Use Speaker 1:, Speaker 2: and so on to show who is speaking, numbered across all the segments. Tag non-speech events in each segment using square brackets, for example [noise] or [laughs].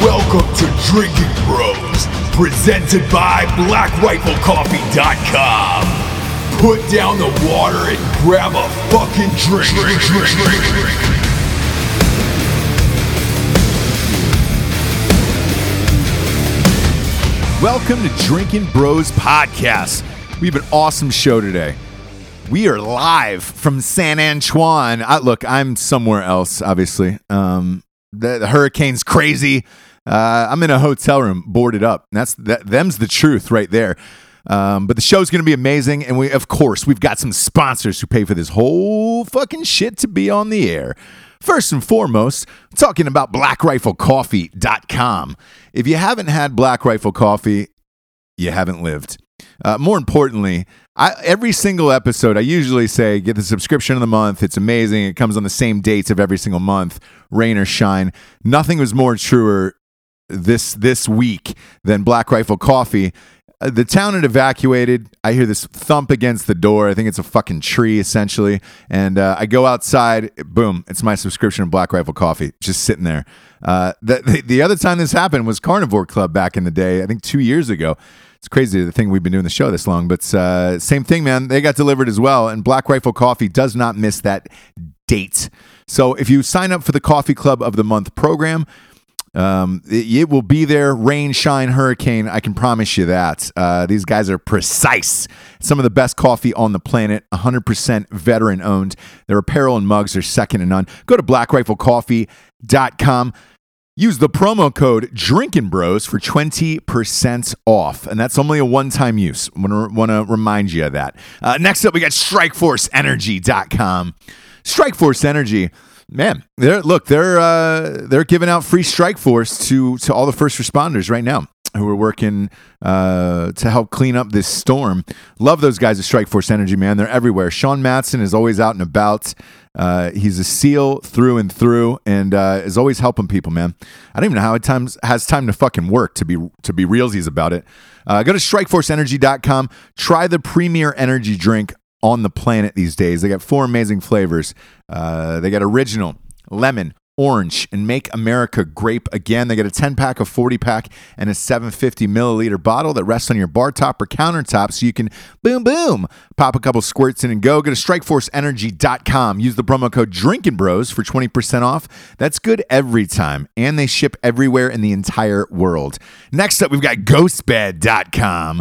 Speaker 1: Welcome to Drinking Bros, presented by BlackRifleCoffee.com. Put down the water and grab a fucking drink. drink, drink, drink, drink.
Speaker 2: Welcome to Drinking Bros Podcast. We have an awesome show today. We are live from San Antoine. I, look, I'm somewhere else, obviously. Um, the, the hurricane's crazy. Uh, I'm in a hotel room, boarded up. That's that, them's the truth right there. Um, but the show's going to be amazing, and we, of course, we've got some sponsors who pay for this whole fucking shit to be on the air. First and foremost, I'm talking about BlackRifleCoffee.com. If you haven't had Black Rifle Coffee, you haven't lived. Uh, more importantly, I, every single episode, I usually say, get the subscription of the month. It's amazing. It comes on the same dates of every single month, rain or shine. Nothing was more truer this this week than Black Rifle Coffee. Uh, the town had evacuated. I hear this thump against the door. I think it's a fucking tree, essentially. And uh, I go outside. Boom! It's my subscription of Black Rifle Coffee, just sitting there. Uh, the, the the other time this happened was Carnivore Club back in the day. I think two years ago. It's crazy the thing we've been doing the show this long, but uh, same thing, man. They got delivered as well, and Black Rifle Coffee does not miss that date. So if you sign up for the Coffee Club of the Month program, um, it, it will be there, rain, shine, hurricane. I can promise you that. Uh, these guys are precise. Some of the best coffee on the planet, 100% veteran owned. Their apparel and mugs are second to none. Go to blackriflecoffee.com. Use the promo code Drinking Bros for 20% off. And that's only a one time use. I want to remind you of that. Uh, next up, we got StrikeForceEnergy.com. Strikeforce Energy, man, they're, look, they're, uh, they're giving out free Strikeforce to, to all the first responders right now who are working uh, to help clean up this storm. Love those guys at Strikeforce Energy, man. They're everywhere. Sean Matson is always out and about. Uh, he's a SEAL through and through, and uh, is always helping people, man. I don't even know how he times has time to fucking work to be to be realsies about it. Uh, go to StrikeForceEnergy.com. Try the premier energy drink on the planet these days. They got four amazing flavors. Uh, they got original, lemon, orange, and make America grape again. They got a 10 pack, a 40 pack, and a 750 milliliter bottle that rests on your bar top or countertop so you can boom, boom, pop a couple squirts in and go. Go to strikeforceenergy.com. Use the promo code Drinking Bros for 20% off. That's good every time. And they ship everywhere in the entire world. Next up, we've got ghostbed.com.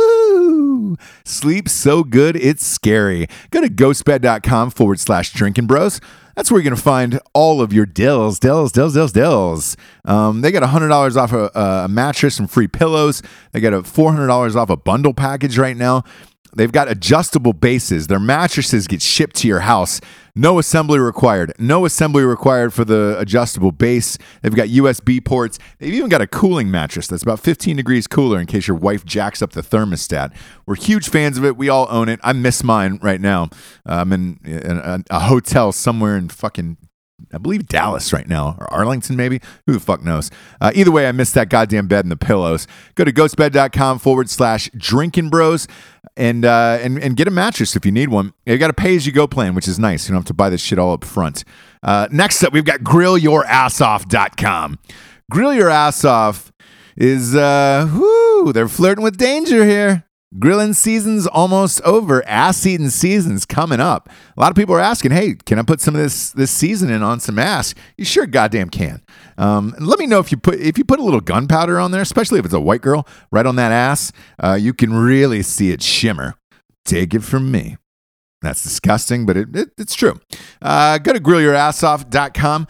Speaker 2: Ooh, sleep so good, it's scary. Go to ghostbed.com forward slash drinking bros. That's where you're going to find all of your dills, dills, dills, dills, dills. Um, they got $100 off a, a mattress and free pillows. They got a $400 off a bundle package right now. They've got adjustable bases. Their mattresses get shipped to your house. No assembly required. No assembly required for the adjustable base. They've got USB ports. They've even got a cooling mattress that's about 15 degrees cooler in case your wife jacks up the thermostat. We're huge fans of it. We all own it. I miss mine right now. Uh, I'm in, in a, a hotel somewhere in fucking I believe Dallas right now, or Arlington maybe. Who the fuck knows? Uh, either way, I missed that goddamn bed and the pillows. Go to ghostbed.com forward slash drinking bros and, uh, and, and get a mattress if you need one. You got a pay as you go plan, which is nice. You don't have to buy this shit all up front. Uh, next up, we've got grillyourassoff.com. Grill Your Ass Off is, uh, whoo, they're flirting with danger here. Grilling season's almost over. Ass eating season's coming up. A lot of people are asking, "Hey, can I put some of this this season in on some ass?" You sure goddamn can. Um, and let me know if you put if you put a little gunpowder on there, especially if it's a white girl, right on that ass. Uh, you can really see it shimmer. Take it from me. That's disgusting, but it, it, it's true. Uh, go to grillyourassoff.com.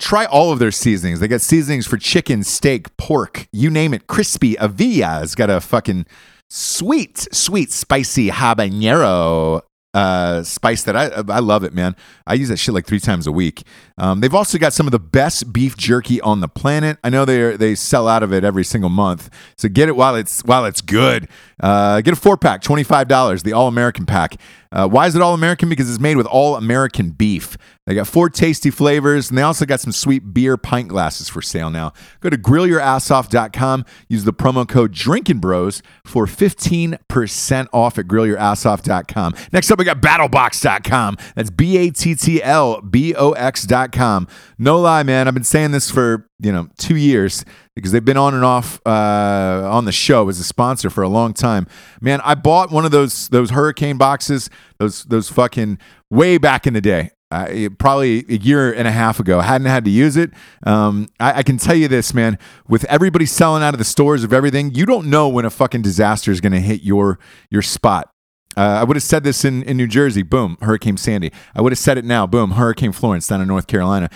Speaker 2: Try all of their seasonings. They got seasonings for chicken, steak, pork, you name it. Crispy Avilla has got a fucking sweet, sweet, spicy habanero uh, spice that I I love it, man. I use that shit like three times a week. Um, they've also got some of the best beef jerky on the planet. I know they are, they sell out of it every single month, so get it while it's while it's good. Uh, get a four pack, twenty five dollars, the all American pack. Uh, why is it all American? Because it's made with all American beef. They got four tasty flavors, and they also got some sweet beer pint glasses for sale now. Go to grillyourassoff.com. Use the promo code Drinking Bros for 15% off at grillyourassoff.com. Next up, we got battlebox.com. That's B A T T L B O X.com. No lie, man. I've been saying this for you know two years because they've been on and off uh, on the show as a sponsor for a long time. Man, I bought one of those those hurricane boxes, those those fucking way back in the day. Uh, it- probably a year and a half ago. I hadn't had to use it. Um, I, I can tell you this, man. With everybody selling out of the stores of everything, you don't know when a fucking disaster is going to hit your your spot. Uh, I would have said this in, in New Jersey, boom, Hurricane Sandy. I would have said it now, boom, Hurricane Florence down in North Carolina.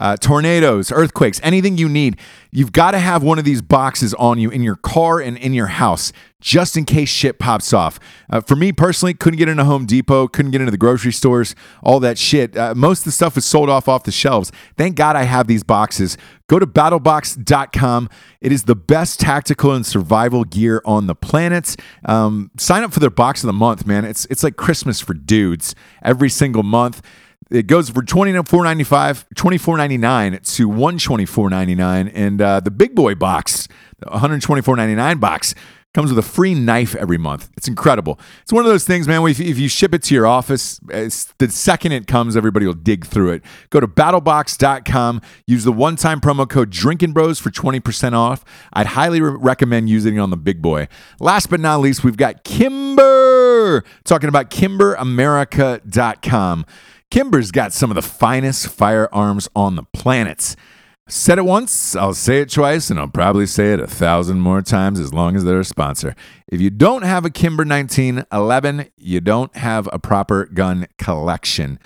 Speaker 2: Uh, tornadoes, earthquakes, anything you need, you've got to have one of these boxes on you in your car and in your house just in case shit pops off. Uh, for me personally, couldn't get into Home Depot, couldn't get into the grocery stores, all that shit. Uh, most of the stuff is sold off off the shelves. Thank God I have these boxes. Go to battlebox.com. It is the best tactical and survival gear on the planet. Um, sign up for their box of the month, man. It's it's like Christmas for dudes every single month. It goes for twenty four ninety five, twenty four ninety nine to one twenty four ninety nine, and uh, the big boy box, the one hundred twenty four ninety nine box, comes with a free knife every month. It's incredible. It's one of those things, man. where If, if you ship it to your office, it's, the second it comes, everybody will dig through it. Go to battlebox.com. Use the one-time promo code Drinking Bros for twenty percent off. I'd highly re- recommend using it on the big boy. Last but not least, we've got Kimber talking about KimberAmerica.com. Kimber's got some of the finest firearms on the planet. Said it once, I'll say it twice, and I'll probably say it a thousand more times as long as they're a sponsor. If you don't have a Kimber 1911, you don't have a proper gun collection.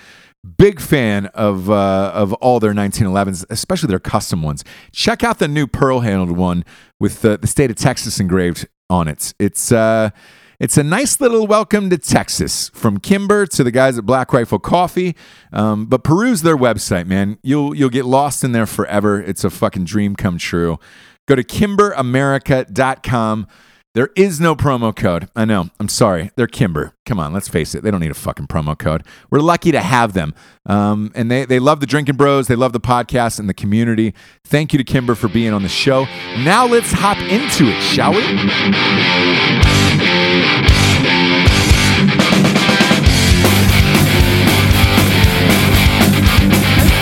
Speaker 2: Big fan of uh, of all their 1911s, especially their custom ones. Check out the new pearl handled one with the, the state of Texas engraved on it. It's uh, it's a nice little welcome to Texas from Kimber to the guys at Black Rifle Coffee. Um, but peruse their website, man. You'll you'll get lost in there forever. It's a fucking dream come true. Go to kimberamerica.com. There is no promo code. I know. I'm sorry. They're Kimber. Come on, let's face it. They don't need a fucking promo code. We're lucky to have them. Um, and they, they love the Drinking Bros. They love the podcast and the community. Thank you to Kimber for being on the show. Now let's hop into it, shall we?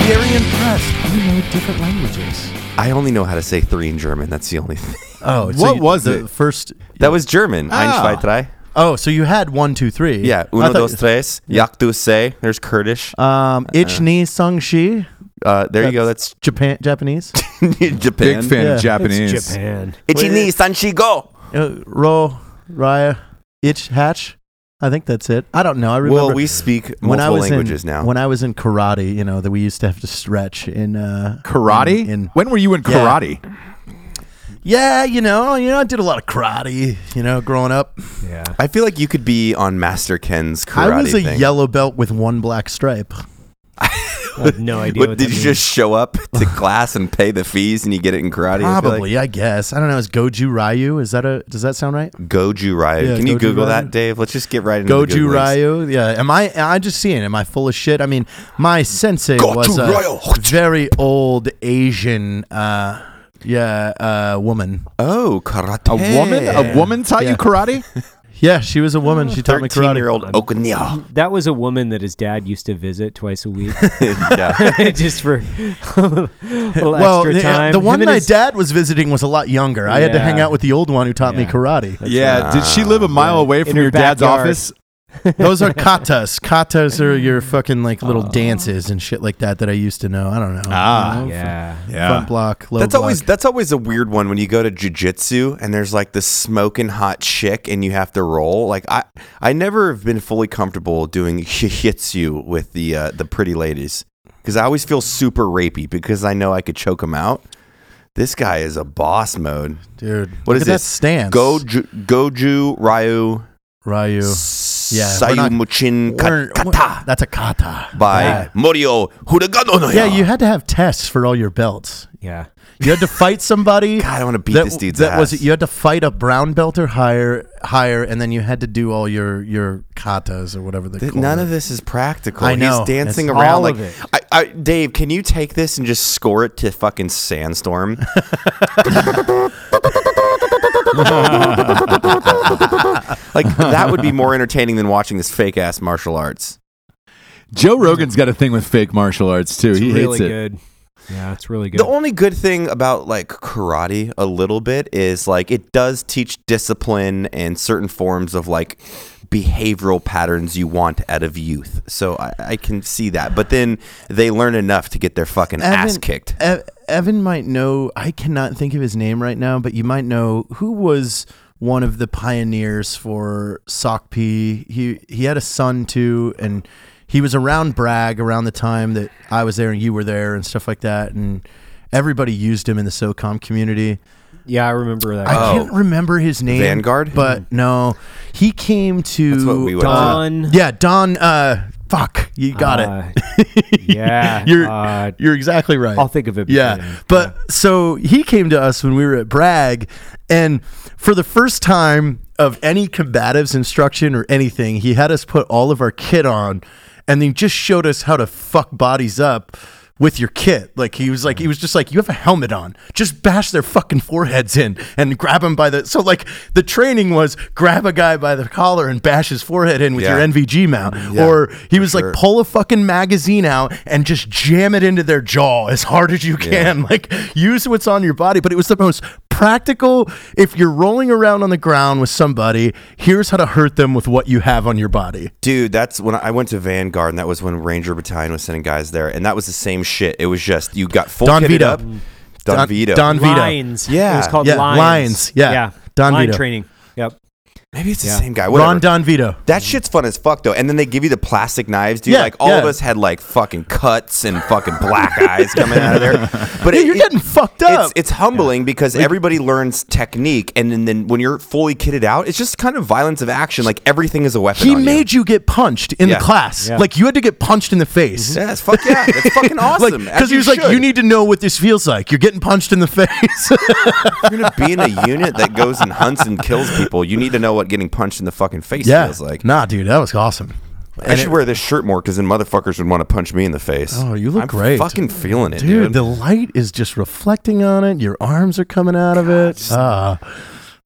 Speaker 2: Very impressed.
Speaker 3: You know different languages.
Speaker 4: I only know how to say three in German. That's the only thing.
Speaker 3: Oh, so
Speaker 2: What
Speaker 3: you-
Speaker 2: was
Speaker 3: the
Speaker 2: it?
Speaker 3: First.
Speaker 4: That was German.
Speaker 2: Ah.
Speaker 4: Ein, zwei, drei.
Speaker 3: Oh, so you had one, two, three.
Speaker 4: Yeah.
Speaker 3: I
Speaker 4: Uno,
Speaker 3: thought-
Speaker 4: dos, tres. Uh, Jak du se. There's Kurdish.
Speaker 3: Um, ich ni sung shi.
Speaker 4: Uh, there you go. That's
Speaker 3: Japan,
Speaker 4: [laughs]
Speaker 3: Japanese.
Speaker 4: Japan.
Speaker 2: Big fan
Speaker 3: Yeah,
Speaker 2: of
Speaker 3: it's
Speaker 2: Japanese.
Speaker 5: Japan.
Speaker 4: Ichi ni sanshi go.
Speaker 3: Uh, ro, raya, ich hatch. I think that's it. I don't know. I remember
Speaker 4: Well, we speak multiple
Speaker 3: when I was
Speaker 4: languages
Speaker 3: in,
Speaker 4: now.
Speaker 3: When I was in karate, you know that we used to have to stretch in uh,
Speaker 2: Karate?
Speaker 3: In, in-
Speaker 2: when were you in
Speaker 3: Yeah.
Speaker 2: karate?
Speaker 3: yeah, you know, you know, I did a lot of karate. You know, growing up,
Speaker 5: Yeah.
Speaker 4: I feel like you could be on Master Ken's karate
Speaker 3: I was a
Speaker 4: thing.
Speaker 3: yellow belt with one black stripe.
Speaker 5: I have no idea.
Speaker 4: What,
Speaker 5: what
Speaker 4: did
Speaker 5: that
Speaker 4: you just
Speaker 3: [laughs]
Speaker 4: show up to class and pay the fees and you get it in karate? I feel
Speaker 3: Probably, I guess. I don't know. Is Goju Ryu? Is that a? Does that sound right?
Speaker 4: Like. Goju Ryu.
Speaker 3: Yeah,
Speaker 4: Can you
Speaker 3: Goju
Speaker 4: Google
Speaker 3: Ryu.
Speaker 4: that, Dave? Let's just get right into the
Speaker 3: Goju
Speaker 4: Googlings.
Speaker 3: Ryu. Yeah. Am I? I'm just seeing. Am I full of shit? I mean, my sensei
Speaker 4: Goju
Speaker 3: was a
Speaker 4: Ryu.
Speaker 3: very old Asian, uh, yeah, uh, woman.
Speaker 4: Oh, karate.
Speaker 2: A woman? A woman taught you
Speaker 3: Yeah.
Speaker 2: karate?
Speaker 3: Yeah, she was a woman. She taught me karate.
Speaker 4: Thirteen-year-old Okunia.
Speaker 3: [laughs]
Speaker 5: means. That was a woman that his dad used to visit twice a week,
Speaker 4: [laughs]
Speaker 5: [laughs]
Speaker 4: yeah.
Speaker 5: just for a little
Speaker 3: Well,
Speaker 5: extra
Speaker 3: the, uh,
Speaker 5: time.
Speaker 3: the one
Speaker 5: Him and
Speaker 3: my
Speaker 5: his-
Speaker 3: dad was visiting was a lot younger. I had to hang
Speaker 5: Yeah.
Speaker 3: out with the old one who taught me
Speaker 5: Yeah. [laughs]
Speaker 3: karate.
Speaker 2: Yeah. Did she live a mile away
Speaker 5: In
Speaker 2: from
Speaker 5: her
Speaker 2: your dad's
Speaker 5: backyard.
Speaker 2: office?
Speaker 3: Those are katas. Katas are your fucking like little dances and shit like that that I used to know. I don't know.
Speaker 2: Ah,
Speaker 3: You know,
Speaker 5: Yeah.
Speaker 3: Front block, low
Speaker 4: That's
Speaker 3: block.
Speaker 4: always that's always a weird one when you go to jujitsu and there's like this smoking hot chick and you have to roll. Like I I never have been fully comfortable doing [laughs] jujitsu with the uh, the pretty ladies because I always feel super rapey because I know I could choke them out. This guy is a boss mode.
Speaker 3: dude. look
Speaker 4: What is
Speaker 3: at that
Speaker 4: this?
Speaker 3: stance?
Speaker 4: Goju Goju Ryu
Speaker 3: Ryu. Yeah, we're
Speaker 4: Sayu
Speaker 3: not-
Speaker 4: Muchin
Speaker 3: We're-
Speaker 4: Ka-
Speaker 3: we're-
Speaker 4: Kata
Speaker 3: That's a kata.
Speaker 4: by
Speaker 3: Yeah.
Speaker 4: Morio Huragano.
Speaker 3: Yeah, you had to have tests for all your belts.
Speaker 5: Yeah.
Speaker 3: You had to fight somebody.
Speaker 4: [laughs] God, I want to beat
Speaker 3: that,
Speaker 4: this dude's
Speaker 3: that
Speaker 4: ass.
Speaker 3: was you had to fight a brown belt or higher, higher, and then you had to do all your your katas or whatever they
Speaker 4: Th-
Speaker 3: call
Speaker 4: None
Speaker 3: it.
Speaker 4: of this is practical.
Speaker 3: I know.
Speaker 4: He's dancing
Speaker 3: That's
Speaker 4: around
Speaker 5: all
Speaker 4: like
Speaker 5: of it.
Speaker 4: I, I, Dave. Can you take this and just score it to fucking
Speaker 5: [laughs]
Speaker 4: sandstorm? like that would be more entertaining than watching this fake ass martial arts.
Speaker 2: Joe Rogan's got a thing with fake martial arts too.
Speaker 5: It's
Speaker 2: he
Speaker 5: really
Speaker 2: hates it.
Speaker 5: good. Yeah, it's really good.
Speaker 4: The only good thing about like karate a little bit is like it does teach discipline and certain forms of like behavioral patterns you want out of youth. So I, I can see that. But then they learn enough to get their fucking ass kicked.
Speaker 3: E- Evan might know. I cannot think of his name right now, but you might know who was one of the pioneers for sock pea. He he had a son too, and he was around Bragg around the time that I was there and you were there and stuff like that, and everybody used him in the SOCOM community.
Speaker 5: yeah, I remember that. Uh,
Speaker 3: I can't remember his name.
Speaker 4: Oh. Vanguard?
Speaker 3: but no, he came to
Speaker 4: That's what we went
Speaker 3: uh,
Speaker 4: to.
Speaker 5: Don.
Speaker 3: Yeah, Don. Uh, fuck, you
Speaker 5: Uh,
Speaker 3: got it. [laughs]
Speaker 5: it. yeah.
Speaker 3: You're
Speaker 5: uh,
Speaker 3: you're exactly right.
Speaker 5: I'll think of it.
Speaker 3: Yeah.
Speaker 5: before then.
Speaker 3: But so he came to us when we were at Bragg, and for the first time of any combatives instruction or anything, he had us put all of our kit on and then just showed us how to fuck bodies up with your kit. Like he was like, he was just like, you have a helmet on, just bash their fucking foreheads in and grab them by the. So, like, the training was grab a guy by the collar and bash his forehead in with
Speaker 4: Yeah.
Speaker 3: your NVG mount. or he was like, pull a fucking magazine out and just jam it into their jaw as hard as you can. [laughs] Like, use what's on your body. But it was the most practical. If you're rolling around on the ground with somebody, here's how to hurt them with what you have on your body.
Speaker 4: Dude, that's when I went to Vanguard, and that was when Ranger Battalion was sending guys there, and that was the same shit. It was just you got full
Speaker 3: Don
Speaker 4: kitted
Speaker 3: Vito.
Speaker 4: up. Don, Vito.
Speaker 3: Don Vito.
Speaker 5: Lines. It was
Speaker 4: Yeah.
Speaker 5: called
Speaker 3: Yeah,
Speaker 5: Lines.
Speaker 3: Lines, yeah. Don
Speaker 5: Line
Speaker 3: Vito.
Speaker 5: training. Yep.
Speaker 4: Maybe it's the
Speaker 5: Yeah.
Speaker 4: same guy. Whatever.
Speaker 3: Ron Don Vito.
Speaker 4: That shit's fun as fuck though. And then they give you the plastic knives, dude.
Speaker 3: Yeah,
Speaker 4: like all of
Speaker 3: yeah.
Speaker 4: us had like fucking cuts and fucking
Speaker 3: [laughs]
Speaker 4: black eyes coming out of there. But
Speaker 3: Yeah,
Speaker 4: it-
Speaker 3: you're
Speaker 4: it-
Speaker 3: getting fucked
Speaker 4: It's,
Speaker 3: up.
Speaker 4: it's humbling because everybody learns technique, and then, then when you're fully kitted out, it's just kind of violence of action. Like everything is a weapon.
Speaker 3: he
Speaker 4: on
Speaker 3: made you. get punched in
Speaker 4: Yeah.
Speaker 3: the class.
Speaker 5: Yeah.
Speaker 3: Like you had to get punched in the face.
Speaker 4: You. Yes, fuck
Speaker 3: [laughs]
Speaker 4: yeah, that's fucking awesome.
Speaker 3: Like,
Speaker 4: as
Speaker 3: because he was like,
Speaker 4: should.
Speaker 3: you need to know what this feels like. You're getting punched in the [laughs] face.
Speaker 4: If you're gonna be in a unit that goes and hunts and kills people. You need to know what getting punched in the fucking face feels like.
Speaker 3: nah, dude, that was awesome.
Speaker 4: I should wear this shirt more because then motherfuckers would want to punch me in the face.
Speaker 3: Oh, you look
Speaker 4: I'm
Speaker 3: great.
Speaker 4: Fucking feeling it,
Speaker 3: Dude,
Speaker 4: dude.
Speaker 3: the light is just reflecting on it. Your arms are coming out of it. Ah.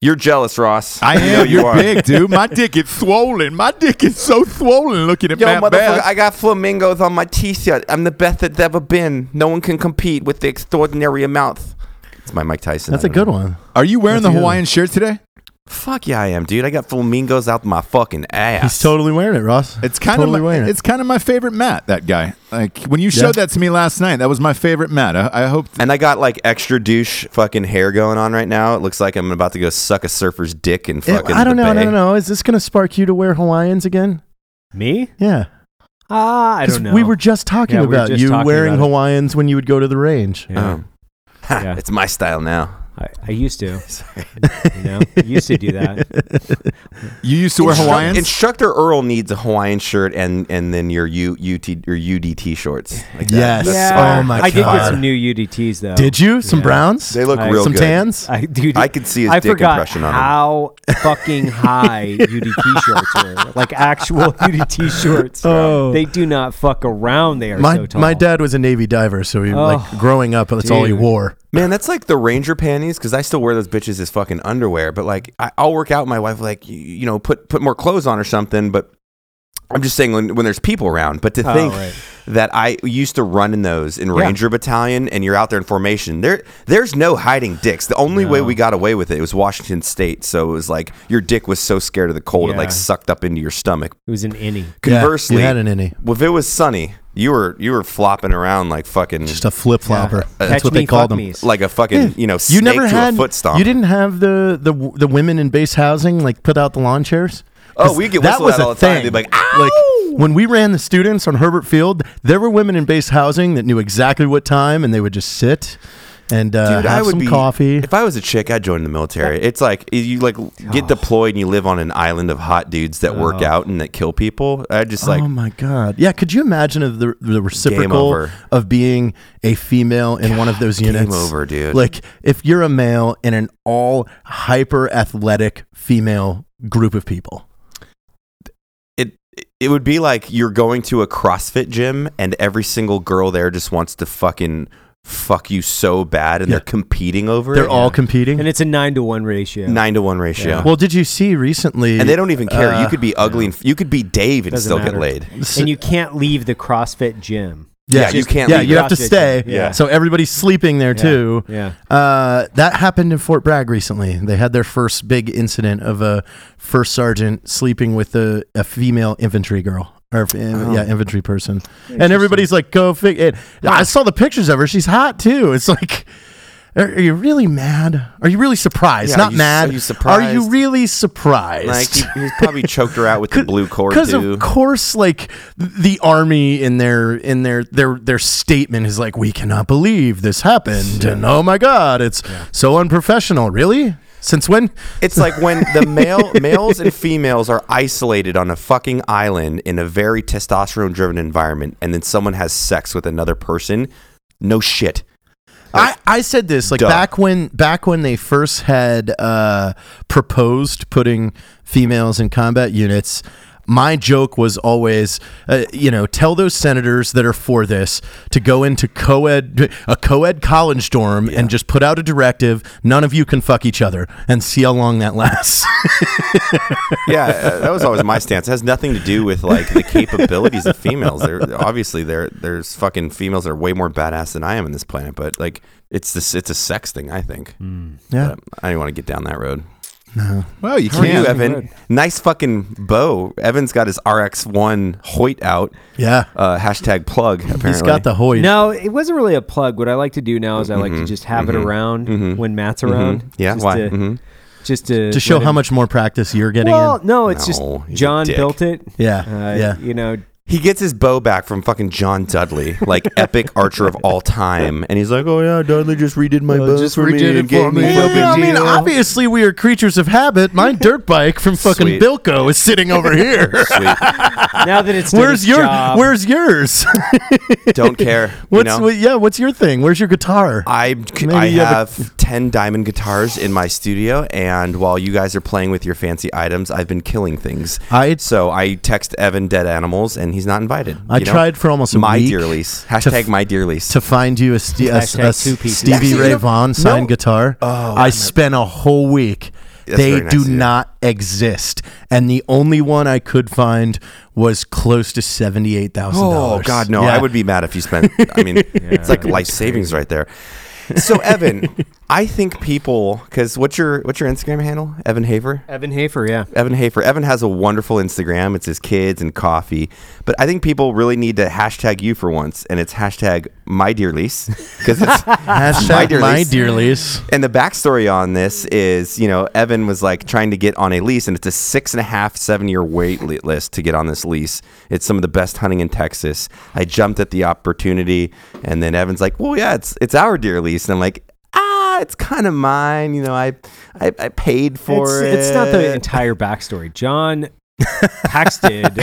Speaker 4: You're jealous, Ross.
Speaker 2: I
Speaker 4: know
Speaker 2: am.
Speaker 4: [laughs] you
Speaker 2: You're
Speaker 4: are.
Speaker 2: big, dude. My dick is swollen. My dick is so swollen looking at
Speaker 4: Yo,
Speaker 2: Matt
Speaker 4: motherfucker,
Speaker 2: Bass.
Speaker 4: I got flamingos on my t-shirt. I'm the best that's ever been. No one can compete with the extraordinary amount. It's my Mike Tyson.
Speaker 3: that's a
Speaker 4: I don't
Speaker 3: good
Speaker 4: know.
Speaker 3: one.
Speaker 2: Are you wearing the
Speaker 3: That's you.
Speaker 2: Hawaiian shirt today?
Speaker 4: Fuck yeah, I am, dude. I got flamingos out my fucking ass.
Speaker 3: He's totally wearing it, Ross.
Speaker 2: It's kind
Speaker 3: totally
Speaker 2: of my,
Speaker 3: wearing it.
Speaker 2: it's kind of my favorite Matt. That guy. Like when you showed that to me last night, that was my favorite Matt. I, I hope.
Speaker 4: and I got like extra douche fucking hair going on right now. It looks like I'm about to go suck a surfer's dick and
Speaker 3: It-
Speaker 4: fucking.
Speaker 3: I don't
Speaker 4: the
Speaker 3: know.
Speaker 4: bay.
Speaker 3: No, no, no. Is this going to spark you to wear Hawaiians again?
Speaker 5: Me?
Speaker 3: Yeah.
Speaker 5: Ah, I
Speaker 3: 'Cause
Speaker 5: don't know.
Speaker 3: We were just talking
Speaker 5: Yeah, we were
Speaker 3: about
Speaker 5: just
Speaker 3: you
Speaker 5: talking
Speaker 3: wearing
Speaker 5: about it.
Speaker 3: Hawaiians when you would go to the range.
Speaker 5: Yeah.
Speaker 2: Um.
Speaker 4: Oh. Ha,
Speaker 5: Yeah.
Speaker 4: It's my style now.
Speaker 5: I, I
Speaker 3: [laughs]
Speaker 5: used to. [laughs] you know, I used to do that.
Speaker 2: You used to wear
Speaker 4: Instru-
Speaker 2: Hawaiians.
Speaker 4: Instructor Earl needs a Hawaiian shirt and and then your U, UT, your UDT shorts. Like that.
Speaker 3: Yes.
Speaker 4: That's
Speaker 3: Yeah.
Speaker 4: fire.
Speaker 3: Oh my
Speaker 5: I did get
Speaker 3: God.
Speaker 5: some new UDTs though.
Speaker 3: Did you? Some
Speaker 5: Yeah.
Speaker 3: browns?
Speaker 4: They look
Speaker 5: I-
Speaker 4: real
Speaker 3: Some
Speaker 4: good.
Speaker 3: tans?
Speaker 5: I dude,
Speaker 4: I could see his
Speaker 5: I
Speaker 4: dick
Speaker 5: forgot
Speaker 4: impression on him.
Speaker 5: how fucking high UDT shorts were, like actual UDT shorts.
Speaker 3: Oh.
Speaker 5: They do not fuck around. They are
Speaker 3: my
Speaker 5: so tall.
Speaker 3: my dad was a Navy diver, so he
Speaker 5: Oh,
Speaker 3: like growing up, that's all he
Speaker 5: dude.
Speaker 3: wore.
Speaker 4: Man, that's like the ranger panties because I still wear those bitches as fucking underwear. But like, I, I'll work out. My wife like, you, you know, put put more clothes on or something. But I'm just saying when, when there's people around. But to
Speaker 5: Oh,
Speaker 4: think
Speaker 5: right.
Speaker 4: that I used to run in those in Ranger Battalion, and you're out there in formation. There, there's no hiding dicks. The only way we got away with it, was Washington State. So it was like your dick was so scared of the cold it like
Speaker 5: Yeah.
Speaker 4: sucked up into your stomach.
Speaker 5: It was an innie.
Speaker 3: Yeah,
Speaker 4: Conversely,
Speaker 3: you had an innie.
Speaker 4: well, if it was sunny, you were you were flopping around like fucking
Speaker 3: Just a flip flopper.
Speaker 5: Catch
Speaker 3: That's what
Speaker 5: me,
Speaker 3: they called
Speaker 5: fuck
Speaker 3: him.
Speaker 5: me's.
Speaker 4: like a fucking you know snake
Speaker 3: you never
Speaker 4: to
Speaker 3: had
Speaker 4: a foot stomp.
Speaker 3: You didn't have the the the women in base housing like put out the lawn chairs.
Speaker 4: Oh, we get whistled at all the time. They'd be like, "Ow!"
Speaker 3: when we ran the students on Herbert Field, there were women in base housing that knew exactly what time, and they would just sit and uh,
Speaker 4: Dude,
Speaker 3: have
Speaker 4: I would
Speaker 3: some
Speaker 4: be,
Speaker 3: coffee.
Speaker 4: If I was a chick, I'd join the military.
Speaker 3: [laughs]
Speaker 4: It's like you like
Speaker 3: Oh.
Speaker 4: get deployed and you live on an island of hot dudes that work out and that kill people. I just like
Speaker 3: oh my god! Yeah, could you imagine of the the reciprocal
Speaker 4: over.
Speaker 3: of being a female in one of those
Speaker 4: game
Speaker 3: units?
Speaker 4: over, dude.
Speaker 3: Like if you're a male in an all hyper athletic female group of people.
Speaker 4: it. It would be like you're going to a CrossFit gym and every single girl there just wants to fucking fuck you so bad, and
Speaker 3: Yeah.
Speaker 4: they're competing over.
Speaker 3: They're
Speaker 4: it.
Speaker 3: all competing.
Speaker 5: And it's a nine to one ratio.
Speaker 4: nine to one ratio.
Speaker 3: Well, did you see recently?
Speaker 4: and they don't even care. you
Speaker 3: uh,
Speaker 4: could be ugly. And, you could be Dave and
Speaker 5: Doesn't
Speaker 4: still
Speaker 5: matter.
Speaker 4: get laid.
Speaker 5: And you can't leave the CrossFit gym.
Speaker 4: Yeah, you can't
Speaker 3: Yeah,
Speaker 4: leave.
Speaker 3: you have to
Speaker 5: CrossFit.
Speaker 3: stay.
Speaker 4: Yeah.
Speaker 3: So everybody's sleeping there too.
Speaker 5: yeah.
Speaker 3: Uh, that happened in Fort Bragg recently. They had their first big incident of a first sergeant sleeping with a, a female infantry girl. Or uh,
Speaker 4: Oh.
Speaker 3: yeah, infantry person, and everybody's like, "Go fig It.
Speaker 4: Ah.
Speaker 3: I saw the pictures of her. She's hot too. It's like, are, are you really mad? Are you really surprised?
Speaker 4: Yeah, are
Speaker 3: Not
Speaker 4: you-
Speaker 3: mad.
Speaker 4: are you surprised?
Speaker 3: Are you really surprised?
Speaker 4: Like he, he's probably choked her out
Speaker 3: [laughs]
Speaker 4: with the blue cord
Speaker 3: because
Speaker 4: too.
Speaker 3: of course like the army in their in their their their statement is like we cannot believe this happened and oh my god it's so unprofessional really since when
Speaker 4: It's like when the [laughs] male males and females are isolated on a fucking island in a very testosterone driven environment and then someone has sex with another person. No shit.
Speaker 3: I, I said this like
Speaker 4: Duh.
Speaker 3: back when back when they first had uh, proposed putting females in combat units. My joke was always, uh, you know, tell those senators that are for this to go into co-ed a co-ed college dorm and just put out a directive. None of you can fuck each other and see how long that lasts. [laughs]
Speaker 4: Yeah, uh, that was always my stance. It has nothing to do with like the capabilities of females. They're obviously there there's fucking females that are way more badass than I am in this planet, but like it's this it's a sex thing, I think.
Speaker 3: yeah,
Speaker 4: But I don't want to get down that road.
Speaker 2: Well, you
Speaker 4: How are you,
Speaker 2: can't.
Speaker 4: Evan? Nice fucking bow. Evan's got his RX1 Hoyt out.
Speaker 3: yeah.
Speaker 4: Uh, hashtag plug. Apparently,
Speaker 3: He's got the Hoyt.
Speaker 5: No, it wasn't really a plug. What I like to do now is I like to just have it around when Matt's around.
Speaker 4: Yeah,
Speaker 5: just
Speaker 4: why?
Speaker 5: To,
Speaker 4: Mhm.
Speaker 5: Just to
Speaker 3: to show
Speaker 5: let
Speaker 3: how
Speaker 5: him-
Speaker 3: much more practice you're getting
Speaker 5: Well,
Speaker 3: in.
Speaker 5: no, it's
Speaker 4: No, he's
Speaker 5: just
Speaker 4: a
Speaker 5: John
Speaker 4: dick.
Speaker 5: built it.
Speaker 3: Yeah,
Speaker 5: uh,
Speaker 3: yeah.
Speaker 5: You know,
Speaker 4: He gets his bow back from fucking John Dudley,
Speaker 3: [laughs]
Speaker 4: like epic archer of all time, and he's like, "Oh yeah, Dudley just redid my bow
Speaker 5: just
Speaker 4: for me
Speaker 5: redid it
Speaker 4: and gave
Speaker 5: for
Speaker 4: me
Speaker 5: me.
Speaker 4: a
Speaker 5: Well,
Speaker 4: big
Speaker 3: Yeah, I mean,
Speaker 4: deal."
Speaker 3: obviously we are creatures of habit.
Speaker 4: [laughs]
Speaker 3: My dirt bike from fucking
Speaker 4: Sweet.
Speaker 3: Bilko is sitting
Speaker 4: [laughs]
Speaker 3: over here.
Speaker 4: Sweet.
Speaker 5: now that it's done
Speaker 3: Where's
Speaker 5: its
Speaker 3: your
Speaker 5: job,
Speaker 3: Where's yours?
Speaker 4: Don't care.
Speaker 3: [laughs] What's
Speaker 4: you know?
Speaker 3: what- yeah? What's your thing? Where's your guitar?
Speaker 4: I,
Speaker 3: Maybe
Speaker 4: I
Speaker 3: you have
Speaker 4: have 10 diamond guitars in my studio, and while you guys are playing with your fancy items, I've been killing things.
Speaker 3: I-
Speaker 4: so I text Evan dead animals, and he's not invited.
Speaker 3: I
Speaker 4: you know?
Speaker 3: tried for almost a
Speaker 4: My
Speaker 3: week
Speaker 4: dear lease. Hashtag my dear lease.
Speaker 3: to find you a, Ste- a-
Speaker 5: Hashtag
Speaker 3: a
Speaker 5: two pieces.
Speaker 3: Stevie
Speaker 4: Actually, you
Speaker 3: Ray
Speaker 4: know-
Speaker 3: Vaughan signed
Speaker 4: no.
Speaker 3: guitar. Oh, I spent a whole week.
Speaker 4: That's
Speaker 3: they
Speaker 4: very nice
Speaker 3: do
Speaker 4: of you.
Speaker 3: not exist, and the only one I could find was close to seventy-eight thousand
Speaker 4: Oh
Speaker 3: dollars.
Speaker 4: God, no! I would be mad if you spent. I mean, it's like life savings right there. So Evan, I think people because what's your what's your Instagram handle? Evan Hafer.
Speaker 5: Evan Hafer? Yeah.
Speaker 4: Evan Hafer. Evan has a wonderful Instagram. It's his kids and coffee. But I think people really need to hashtag you for once, and it's hashtag my dear lease because it's My
Speaker 3: Hashtag
Speaker 4: dear
Speaker 3: my
Speaker 4: lease.
Speaker 3: dear lease.
Speaker 4: And the backstory on this is, you know, Evan was like trying to get on a lease, and it's a six and a half, seven year wait li- list to get on this lease. It's some of the best hunting in Texas. I jumped at the opportunity, and then Evan's like, "Well, yeah, it's it's our deer lease," and I'm like, "Ah, it's kind of mine. You know, I I, I paid for
Speaker 5: it's,
Speaker 4: it.
Speaker 5: it's not the entire backstory. John texted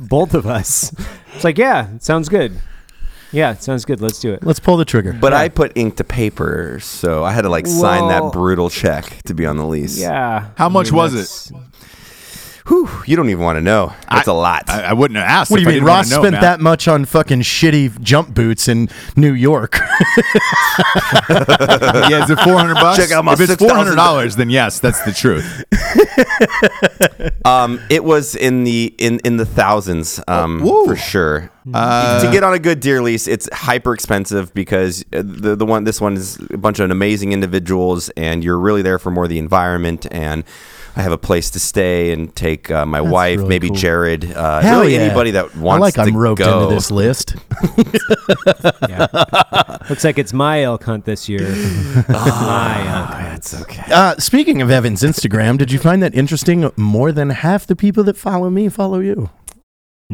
Speaker 5: both of us. It's like, yeah, sounds good. Yeah, it sounds good. Let's do it.
Speaker 3: Let's pull the trigger.
Speaker 4: But I put ink to paper, so I had to like sign
Speaker 5: Well-
Speaker 4: that brutal check to be on the lease.
Speaker 5: Yeah.
Speaker 2: How
Speaker 5: I
Speaker 2: much
Speaker 5: mean,
Speaker 2: was
Speaker 5: that's-
Speaker 4: Whew, you don't even want to know. That's
Speaker 2: I-
Speaker 4: a lot.
Speaker 2: I, I wouldn't have asked.
Speaker 3: What do
Speaker 2: if
Speaker 3: you
Speaker 2: I
Speaker 3: mean?
Speaker 2: didn't wanna
Speaker 3: Ross
Speaker 2: know,
Speaker 3: spent
Speaker 2: Matt.
Speaker 3: that much on fucking shitty jump boots in New York.
Speaker 2: yeah, is it four
Speaker 3: [laughs]
Speaker 2: hundred bucks?
Speaker 4: Check
Speaker 2: [laughs]
Speaker 4: out my
Speaker 2: if it's four hundred
Speaker 4: $6,000
Speaker 2: dollars, then yes, that's the
Speaker 4: [laughs]
Speaker 2: truth.
Speaker 4: Um, it was in the in in the thousands, um,
Speaker 3: Oh,
Speaker 2: whoa.
Speaker 4: for sure.
Speaker 3: Hmm.
Speaker 4: Uh, to get on a good deer lease, it's hyper expensive because uh, the the one this one is a bunch of amazing individuals, and you're really there for more the environment and. I have a place to stay and take uh, my wife,
Speaker 3: really
Speaker 4: maybe
Speaker 3: cool.
Speaker 4: Jared,
Speaker 3: [laughs]
Speaker 4: uh,
Speaker 3: Hell
Speaker 4: really
Speaker 3: yeah.
Speaker 4: anybody that
Speaker 3: I
Speaker 4: wants
Speaker 3: like
Speaker 4: to
Speaker 3: I'm roped
Speaker 4: go.
Speaker 3: into this list.
Speaker 5: Looks like it's my elk hunt this year. my elk hunt.
Speaker 3: Uh, speaking of Evan's Instagram, did you find that interesting? More than half the people that follow me follow you.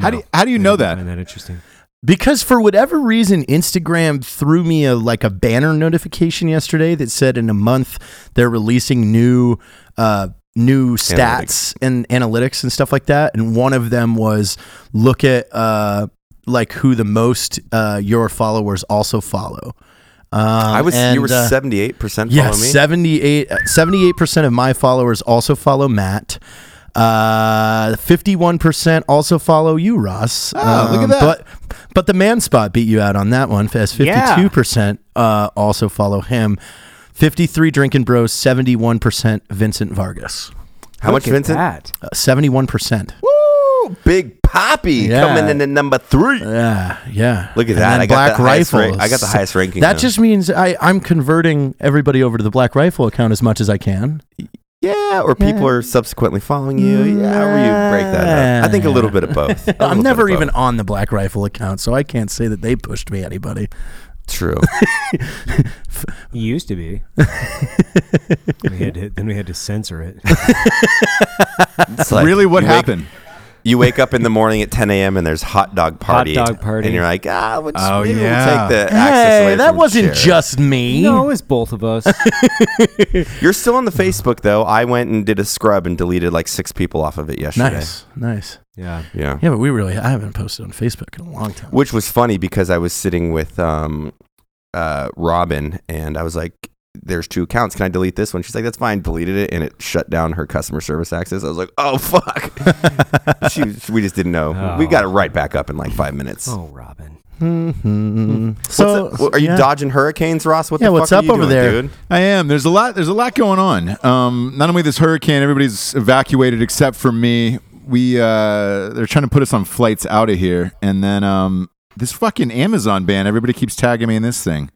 Speaker 2: How do you, how do you know
Speaker 5: I
Speaker 2: that?
Speaker 5: find that interesting.
Speaker 3: Because for whatever reason, Instagram threw me a like a banner notification yesterday that said in a month they're releasing new uh, new stats and analytics and stuff like that. And one of them was look at uh, like who the most uh, your followers also follow. Um,
Speaker 4: I was
Speaker 3: and,
Speaker 4: you were
Speaker 3: uh,
Speaker 4: seventy eight percent
Speaker 3: Yeah,
Speaker 4: follow me.
Speaker 3: 78 uh, percent of my followers also follow Matt. Uh, fifty-one percent also follow you, Ross.
Speaker 2: Ah, look at that.
Speaker 3: But but the man spot beat you out on that one. As fifty-two percent uh, also follow him. Fifty-three drinking bros. Seventy-one percent Vincent Vargas.
Speaker 4: How much,
Speaker 5: Look at
Speaker 4: Vincent?
Speaker 5: That.
Speaker 3: Seventy-one percent.
Speaker 4: Woo! Big Poppy
Speaker 3: Yeah.
Speaker 4: coming in at number three.
Speaker 3: Yeah, yeah.
Speaker 4: Look at
Speaker 3: And
Speaker 4: that.
Speaker 3: then
Speaker 4: I got
Speaker 3: Black
Speaker 4: the highest
Speaker 3: Rifle.
Speaker 4: rank- I got the highest ranking
Speaker 3: That
Speaker 4: now.
Speaker 3: just means I, I'm converting everybody over to the Black Rifle account as much as I can.
Speaker 4: Yeah, or people are subsequently following you. Yeah, however you break that up. I think a little bit of both. A little
Speaker 3: I'm
Speaker 4: bit
Speaker 3: never
Speaker 4: of
Speaker 3: even
Speaker 4: both.
Speaker 3: on the Black Rifle account, so I can't say that they pushed me anybody.
Speaker 4: true.
Speaker 5: You used to be. we had to, then we had to censor it.
Speaker 4: It's like
Speaker 2: really, what
Speaker 4: you wake-
Speaker 2: happened?
Speaker 4: you wake up in the morning at 10 a.m. and there's hot dog party.
Speaker 5: Hot dog party.
Speaker 4: and you're like, ah, we'll just,
Speaker 2: Oh,
Speaker 4: maybe
Speaker 2: yeah.
Speaker 4: we'll take the access away
Speaker 3: Hey, that
Speaker 4: from
Speaker 3: wasn't
Speaker 4: Jared.
Speaker 3: just me.
Speaker 5: no, it [laughs] was both of us.
Speaker 4: You're still on the Facebook though. I went and did a scrub and deleted like six people off of it yesterday.
Speaker 3: Nice, nice.
Speaker 5: Yeah.
Speaker 4: Yeah.
Speaker 3: Yeah, but we really I haven't posted on Facebook in a long time.
Speaker 4: Which was funny because I was sitting with um, uh, Robin and I was like, there's two accounts. Can I delete this one? She's like, that's fine. Deleted it and it shut down her customer service access. I was like,
Speaker 3: [laughs]
Speaker 4: oh, fuck. she, we just didn't know. We
Speaker 5: Oh.
Speaker 4: got it right back up in like five minutes.
Speaker 5: Oh, Robin.
Speaker 3: Mhm.
Speaker 4: So,
Speaker 3: So,
Speaker 4: what's up? Are you
Speaker 3: yeah.
Speaker 4: dodging hurricanes, Ross? What
Speaker 3: Yeah,
Speaker 4: the
Speaker 3: what's
Speaker 4: fuck
Speaker 3: up
Speaker 4: are you
Speaker 3: over
Speaker 4: doing,
Speaker 3: there?
Speaker 4: dude?
Speaker 2: I am. There's a lot. There's a lot going on. Um, not only this hurricane, everybody's evacuated except for me. We uh, they're trying to put us on flights out of here, and then um, this fucking Amazon ban. Everybody keeps tagging me in this thing.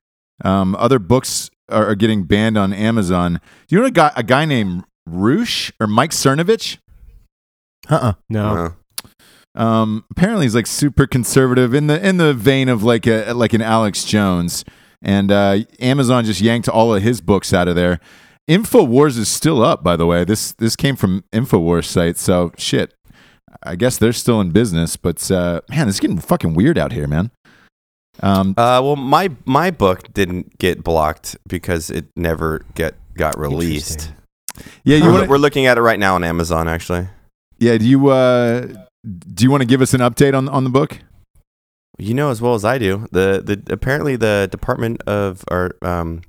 Speaker 2: Um, other books are, are getting banned on Amazon. Do you know a guy, a guy named Roosh or Mike Cernovich?
Speaker 3: uh-uh.
Speaker 5: No.
Speaker 4: Uh,
Speaker 2: Um, apparently he's like super conservative in the in the vein of like a like an Alex Jones, and uh, Amazon just yanked all of his books out of there. Infowars is still up, by the way. This this came from Infowars site, so shit. I guess they're still in business, but uh, man, it's getting fucking weird out here, man. Um,
Speaker 4: Uh, well, my my book didn't get blocked because it never get got released.
Speaker 5: Interesting.
Speaker 2: yeah, you
Speaker 4: We're-
Speaker 2: want
Speaker 4: we're looking at it right now on Amazon, actually.
Speaker 2: yeah, do you uh, do you want to give us an update on on the book?
Speaker 4: You know as well as I do. The the apparently the Department of or um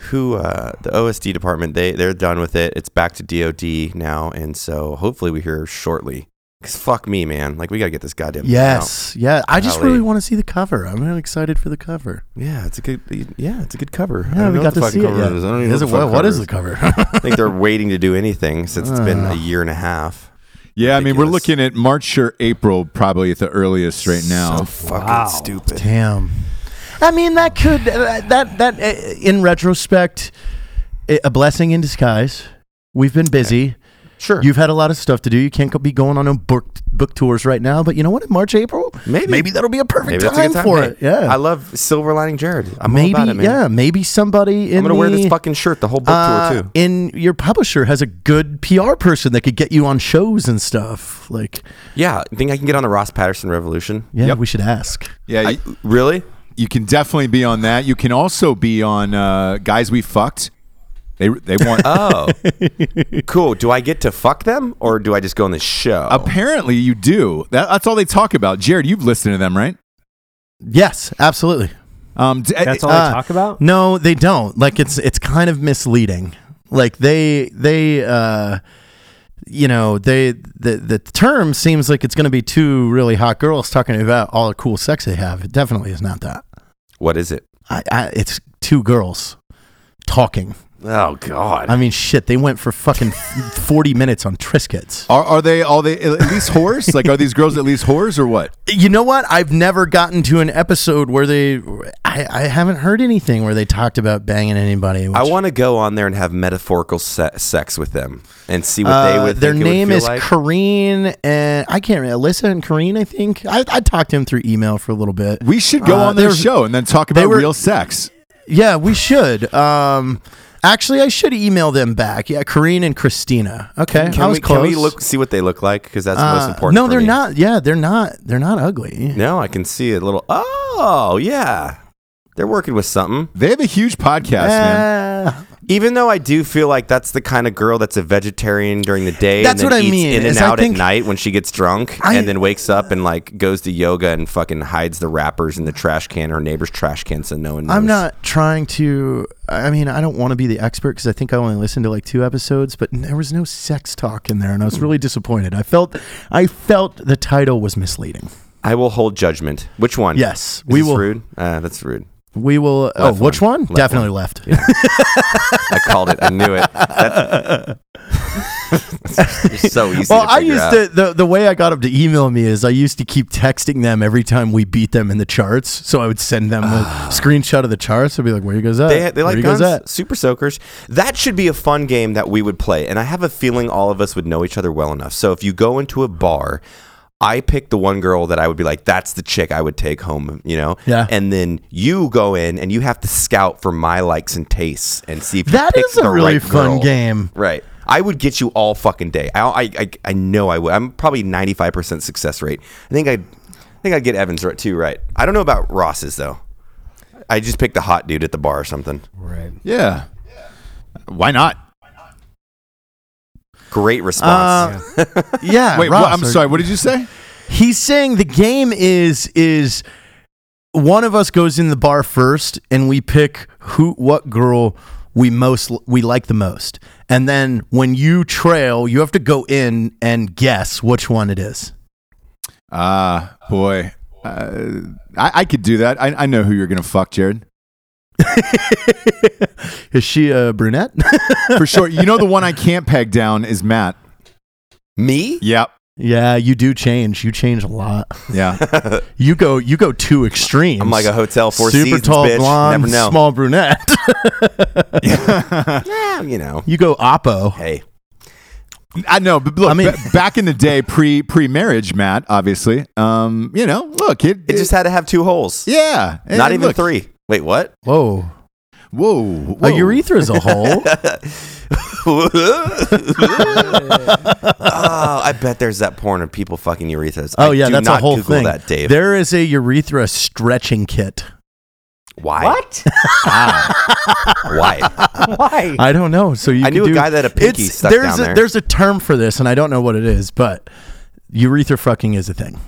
Speaker 4: who uh the OSD department they they're done with it. It's back to DoD now, and so hopefully we hear shortly. Cause fuck me, man. Like we gotta get this goddamn. thing
Speaker 3: Yes. Yeah, I just
Speaker 4: Golly.
Speaker 3: really want to see the cover. I'm really excited for the cover.
Speaker 4: out. Yeah, it's a good. Yeah, it's a good cover. I
Speaker 3: Yeah,
Speaker 4: don't
Speaker 3: we
Speaker 4: know
Speaker 3: got
Speaker 4: what the
Speaker 3: to
Speaker 4: fucking
Speaker 3: see it.
Speaker 4: cover
Speaker 3: yet.
Speaker 4: is. I don't even know
Speaker 3: Is it- Ah.
Speaker 4: what the
Speaker 3: what-
Speaker 4: fuck
Speaker 3: what
Speaker 4: cover
Speaker 3: is the cover? [laughs]
Speaker 4: I think they're waiting to do anything since it's been a year and a half.
Speaker 2: Yeah, I mean we're
Speaker 4: Ridiculous.
Speaker 2: looking at March or April probably at the earliest right now.
Speaker 4: so fucking
Speaker 5: Wow.
Speaker 4: stupid.
Speaker 3: Damn. I mean, that could uh, that that uh, in retrospect, i- a blessing in disguise. We've been busy.
Speaker 4: Sure.
Speaker 3: You've had a lot of stuff to do. You can't go, be going on no book book tours right now. But you know what? In March, April,
Speaker 4: Maybe.
Speaker 3: maybe that'll be a perfect
Speaker 4: Maybe that's a
Speaker 3: time,
Speaker 4: good time
Speaker 3: for
Speaker 4: Hey,
Speaker 3: it. Yeah.
Speaker 4: I love silver lining Jared. I'm
Speaker 3: maybe.
Speaker 4: all about it, man.
Speaker 3: Yeah. Maybe somebody in
Speaker 4: I'm gonna wear
Speaker 3: the-
Speaker 4: this fucking shirt the whole book
Speaker 3: uh,
Speaker 4: tour too.
Speaker 3: in your publisher has a good PR person that could get you on shows and stuff. Like,
Speaker 4: Yeah, I think I can get on the Ross Patterson Revolution.
Speaker 3: yeah,
Speaker 2: Yep.
Speaker 3: we should ask.
Speaker 2: Yeah,
Speaker 4: I, really?
Speaker 2: You can definitely be on that. You can also be on uh, guys we fucked. They
Speaker 3: [laughs]
Speaker 2: they want.
Speaker 4: Oh, cool. Do I get to fuck them, or do I just go on the show?
Speaker 3: Oh.
Speaker 2: Apparently, you do. That, that's all they talk about. Jared, you've listened to them, right?
Speaker 3: Yes, absolutely.
Speaker 2: Um, d-
Speaker 5: That's all
Speaker 3: Uh,
Speaker 5: I talk about?
Speaker 3: No, they don't. Like it's it's kind of misleading. Like they they uh you know, they the the term seems like it's going to be two really hot girls talking about all the cool sex they have. It definitely is not that.
Speaker 4: what is it?
Speaker 3: I, I it's two girls talking.
Speaker 4: Oh God.
Speaker 3: I mean, shit, they went for fucking [laughs] 40 minutes on Triscuits.
Speaker 2: Are, are they all they at least whores? like, are these girls at least whores or what?
Speaker 3: You know what? I've never gotten to an episode where they I, I haven't heard anything where they talked about banging anybody.
Speaker 4: I
Speaker 3: which-
Speaker 4: want to go on there and have metaphorical se- sex with them and see what they
Speaker 3: Uh,
Speaker 4: would.
Speaker 3: their
Speaker 4: think it would
Speaker 3: name
Speaker 4: feel
Speaker 3: is
Speaker 4: like.
Speaker 3: Kareen and I can't remember Alyssa and Kareen. I think I, I talked to him through email for a little bit.
Speaker 2: We should go
Speaker 3: Uh,
Speaker 2: on their
Speaker 3: there's-
Speaker 2: show and then talk about
Speaker 3: were-
Speaker 2: real sex.
Speaker 3: Yeah, we should. Um, actually, I should email them back. Yeah, Kareen and Christina. Okay,
Speaker 4: Can
Speaker 3: I was
Speaker 4: we,
Speaker 3: close.
Speaker 4: Can we look see what they look like? Because that's
Speaker 3: Uh,
Speaker 4: the most important.
Speaker 3: no,
Speaker 4: for
Speaker 3: they're
Speaker 4: me.
Speaker 3: not. Yeah, they're not. They're not ugly.
Speaker 4: No, I can see a little. Oh yeah, they're working with something.
Speaker 2: They have a huge podcast, man.
Speaker 3: Uh,
Speaker 4: Even though I do feel like that's the kind of girl that's a vegetarian during the day
Speaker 3: That's
Speaker 4: and then
Speaker 3: what I
Speaker 4: eats
Speaker 3: mean,
Speaker 4: in and
Speaker 3: is I
Speaker 4: out
Speaker 3: think-
Speaker 4: at night when she gets drunk
Speaker 3: I-
Speaker 4: and then wakes up and like goes to yoga and fucking hides the wrappers in the trash can or neighbor's trash can so no one knows.
Speaker 3: I'm not trying to. I mean, I don't want to be the expert because I think I only listened to like two episodes, but there was no sex talk in there, and I was really disappointed. I felt, I felt the title was misleading.
Speaker 4: I will hold judgment. Which one?
Speaker 3: Yes,
Speaker 4: Is
Speaker 3: we
Speaker 4: this
Speaker 3: will-
Speaker 4: rude? Uh, that's rude.
Speaker 3: We will. oh,
Speaker 4: Left
Speaker 3: which
Speaker 4: one.
Speaker 3: one? [laughs]
Speaker 4: Left
Speaker 3: Definitely left. [laughs]
Speaker 4: I called it. I knew it. That's- [laughs] It's so easy.
Speaker 3: Well,
Speaker 4: to
Speaker 3: I
Speaker 4: figure
Speaker 3: used
Speaker 4: out.
Speaker 3: to the, the way I got them to email me is I used to keep texting them every time we beat them in the charts. So I would send them a screenshot of the charts. I'd be like, "Where you guys at?
Speaker 4: Ah. They, they
Speaker 3: Where
Speaker 4: like
Speaker 3: you guys
Speaker 4: guns,
Speaker 3: at?"
Speaker 4: super soakers. That should be a fun game that we would play. And I have a feeling all of us would know each other well enough. So if you go into a bar, I pick the one girl that I would be like, that's the chick I would take home, you know?
Speaker 3: Yeah.
Speaker 4: And then you go in and you have to scout for my likes and tastes and see if you
Speaker 3: That
Speaker 4: pick
Speaker 3: is a
Speaker 4: the
Speaker 3: really
Speaker 4: right
Speaker 3: fun
Speaker 4: girl.
Speaker 3: game.
Speaker 4: Right. I would get you all fucking day. I I, I, I know I would. I'm probably 95% success rate. I think I I think I'd get Evans right too, right? I don't know about Ross's though. I just picked the hot dude at the bar or something.
Speaker 5: Right.
Speaker 2: Yeah. Why not?
Speaker 4: Great
Speaker 3: Uh,
Speaker 4: response. [laughs]
Speaker 3: Yeah.
Speaker 2: Wait,
Speaker 3: Uh, Ross,
Speaker 2: what, I'm
Speaker 3: are-
Speaker 2: sorry. What did you
Speaker 3: [laughs]
Speaker 2: say?
Speaker 3: He's saying the game is is one of us goes in the bar first and we pick who what girl we most we like the most. And then when you trail, you have to go in and guess which one it is.
Speaker 2: Ah, boy. Uh, I, I could do that. I, I know who you're going to fuck, Jared.
Speaker 3: Is she a brunette? [laughs]
Speaker 2: For sure. You know, the one I can't peg down is Matt.
Speaker 4: Me?
Speaker 2: Yep.
Speaker 3: yeah, you do change. You change a lot.
Speaker 2: Yeah.
Speaker 3: You go you go two extremes.
Speaker 4: I'm like a hotel four
Speaker 3: super
Speaker 4: seasons
Speaker 3: tall
Speaker 4: bitch.
Speaker 3: blonde,
Speaker 4: Never know.
Speaker 3: small brunette. [laughs]
Speaker 4: Yeah, you know.
Speaker 3: you go oppo.
Speaker 4: Hey,
Speaker 2: [laughs] I know, but look,
Speaker 3: I mean-
Speaker 2: ba- back in the day, pre pre marriage, Matt, obviously, um, you know, look, it,
Speaker 4: it just had to have two holes.
Speaker 2: yeah, and
Speaker 4: Not even
Speaker 2: look,
Speaker 4: three. Wait, what? [laughs]
Speaker 3: Whoa.
Speaker 2: Whoa, whoa.
Speaker 3: A urethra [laughs] is a hole.
Speaker 4: Oh, I bet there's that porn of people fucking urethras.
Speaker 3: Oh
Speaker 4: I
Speaker 3: yeah,
Speaker 4: do
Speaker 3: that's
Speaker 4: not
Speaker 3: a whole
Speaker 4: Google
Speaker 3: thing.
Speaker 4: That Dave.
Speaker 3: There is a urethra stretching kit.
Speaker 4: Why?
Speaker 5: [laughs]
Speaker 4: What?
Speaker 3: [laughs]
Speaker 4: Why?
Speaker 5: Why?
Speaker 3: I don't know. So you
Speaker 4: I
Speaker 3: could
Speaker 4: knew a
Speaker 3: do-
Speaker 4: guy that had a pinky
Speaker 3: it's-
Speaker 4: stuck
Speaker 3: there's
Speaker 4: down
Speaker 3: a,
Speaker 4: there.
Speaker 3: There's a term for this, and I don't know what it is, but urethra fucking is a thing.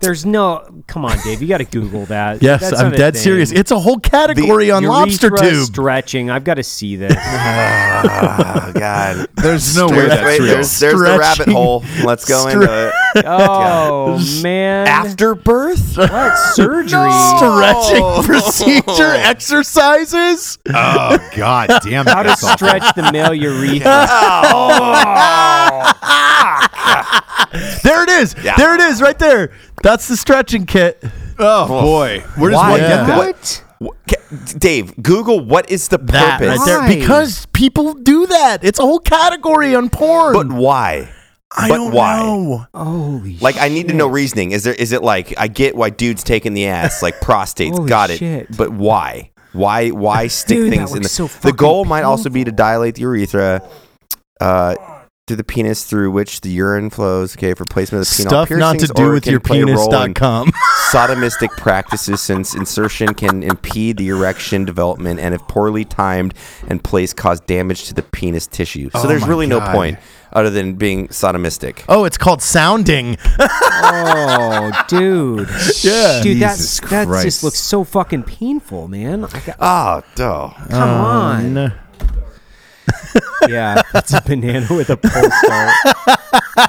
Speaker 5: There's no. Come on, Dave. You got to Google that.
Speaker 3: Yes,
Speaker 5: That's
Speaker 3: I'm
Speaker 5: not a
Speaker 3: dead
Speaker 5: thing.
Speaker 3: serious. It's a whole category on lobster
Speaker 5: Urethra
Speaker 3: tube.
Speaker 5: stretching. I've got to see this.
Speaker 4: Oh God.
Speaker 2: There's no way
Speaker 4: Wait,
Speaker 2: that's
Speaker 4: wait,
Speaker 2: real.
Speaker 4: there's, there's the rabbit
Speaker 3: Stretching.
Speaker 4: hole. Let's go into it.
Speaker 5: oh man.
Speaker 4: After birth?
Speaker 5: what surgery?
Speaker 3: [laughs]
Speaker 4: Oh.
Speaker 3: Stretching
Speaker 4: [laughs]
Speaker 3: procedure exercises.
Speaker 2: Oh God, damn!
Speaker 5: How to
Speaker 2: that's awful.
Speaker 5: stretch the male urethra?
Speaker 3: There it is.
Speaker 4: Yeah.
Speaker 3: There it is, right there. That's the stretching kit.
Speaker 2: Oh boy, where does
Speaker 4: Why?
Speaker 2: one
Speaker 3: Yeah.
Speaker 2: get that?
Speaker 5: What?
Speaker 4: Wh- Dave, Google what is the
Speaker 3: That
Speaker 4: purpose?
Speaker 3: right there.
Speaker 5: Why?
Speaker 3: Because people do that. It's a whole category on porn.
Speaker 4: But why?
Speaker 3: I
Speaker 4: but
Speaker 3: don't
Speaker 4: why?
Speaker 3: know.
Speaker 5: Holy.
Speaker 4: Like I need to know reasoning. Is there is it like I get why dudes taking the ass like prostates?
Speaker 5: Holy
Speaker 4: got it.
Speaker 5: shit.
Speaker 4: But why? Why why stick
Speaker 5: Dude, that
Speaker 4: things in
Speaker 5: looks
Speaker 4: the
Speaker 5: so
Speaker 4: The
Speaker 5: fucking
Speaker 4: goal might also be to dilate the urethra uh through the penis through which the urine flows, okay, for placement of the penile
Speaker 3: Stuff not to
Speaker 4: piercings,
Speaker 3: do
Speaker 4: or
Speaker 3: with
Speaker 4: can
Speaker 3: your
Speaker 4: play a role in
Speaker 3: penis.com.
Speaker 4: sodomistic practices since insertion can impede the erection development and if poorly timed and placed cause damage to the penis tissue. So there's
Speaker 2: my
Speaker 4: really
Speaker 2: God.
Speaker 4: no point other than being sodomistic.
Speaker 3: [laughs] Oh, it's called sounding.
Speaker 5: Oh, dude.
Speaker 2: Yeah.
Speaker 5: Dude, that,
Speaker 2: Jesus
Speaker 5: that
Speaker 2: Christ.
Speaker 5: just looks so fucking painful, man. I got-
Speaker 4: Oh, duh.
Speaker 5: come on. Yeah, that's a banana with a pole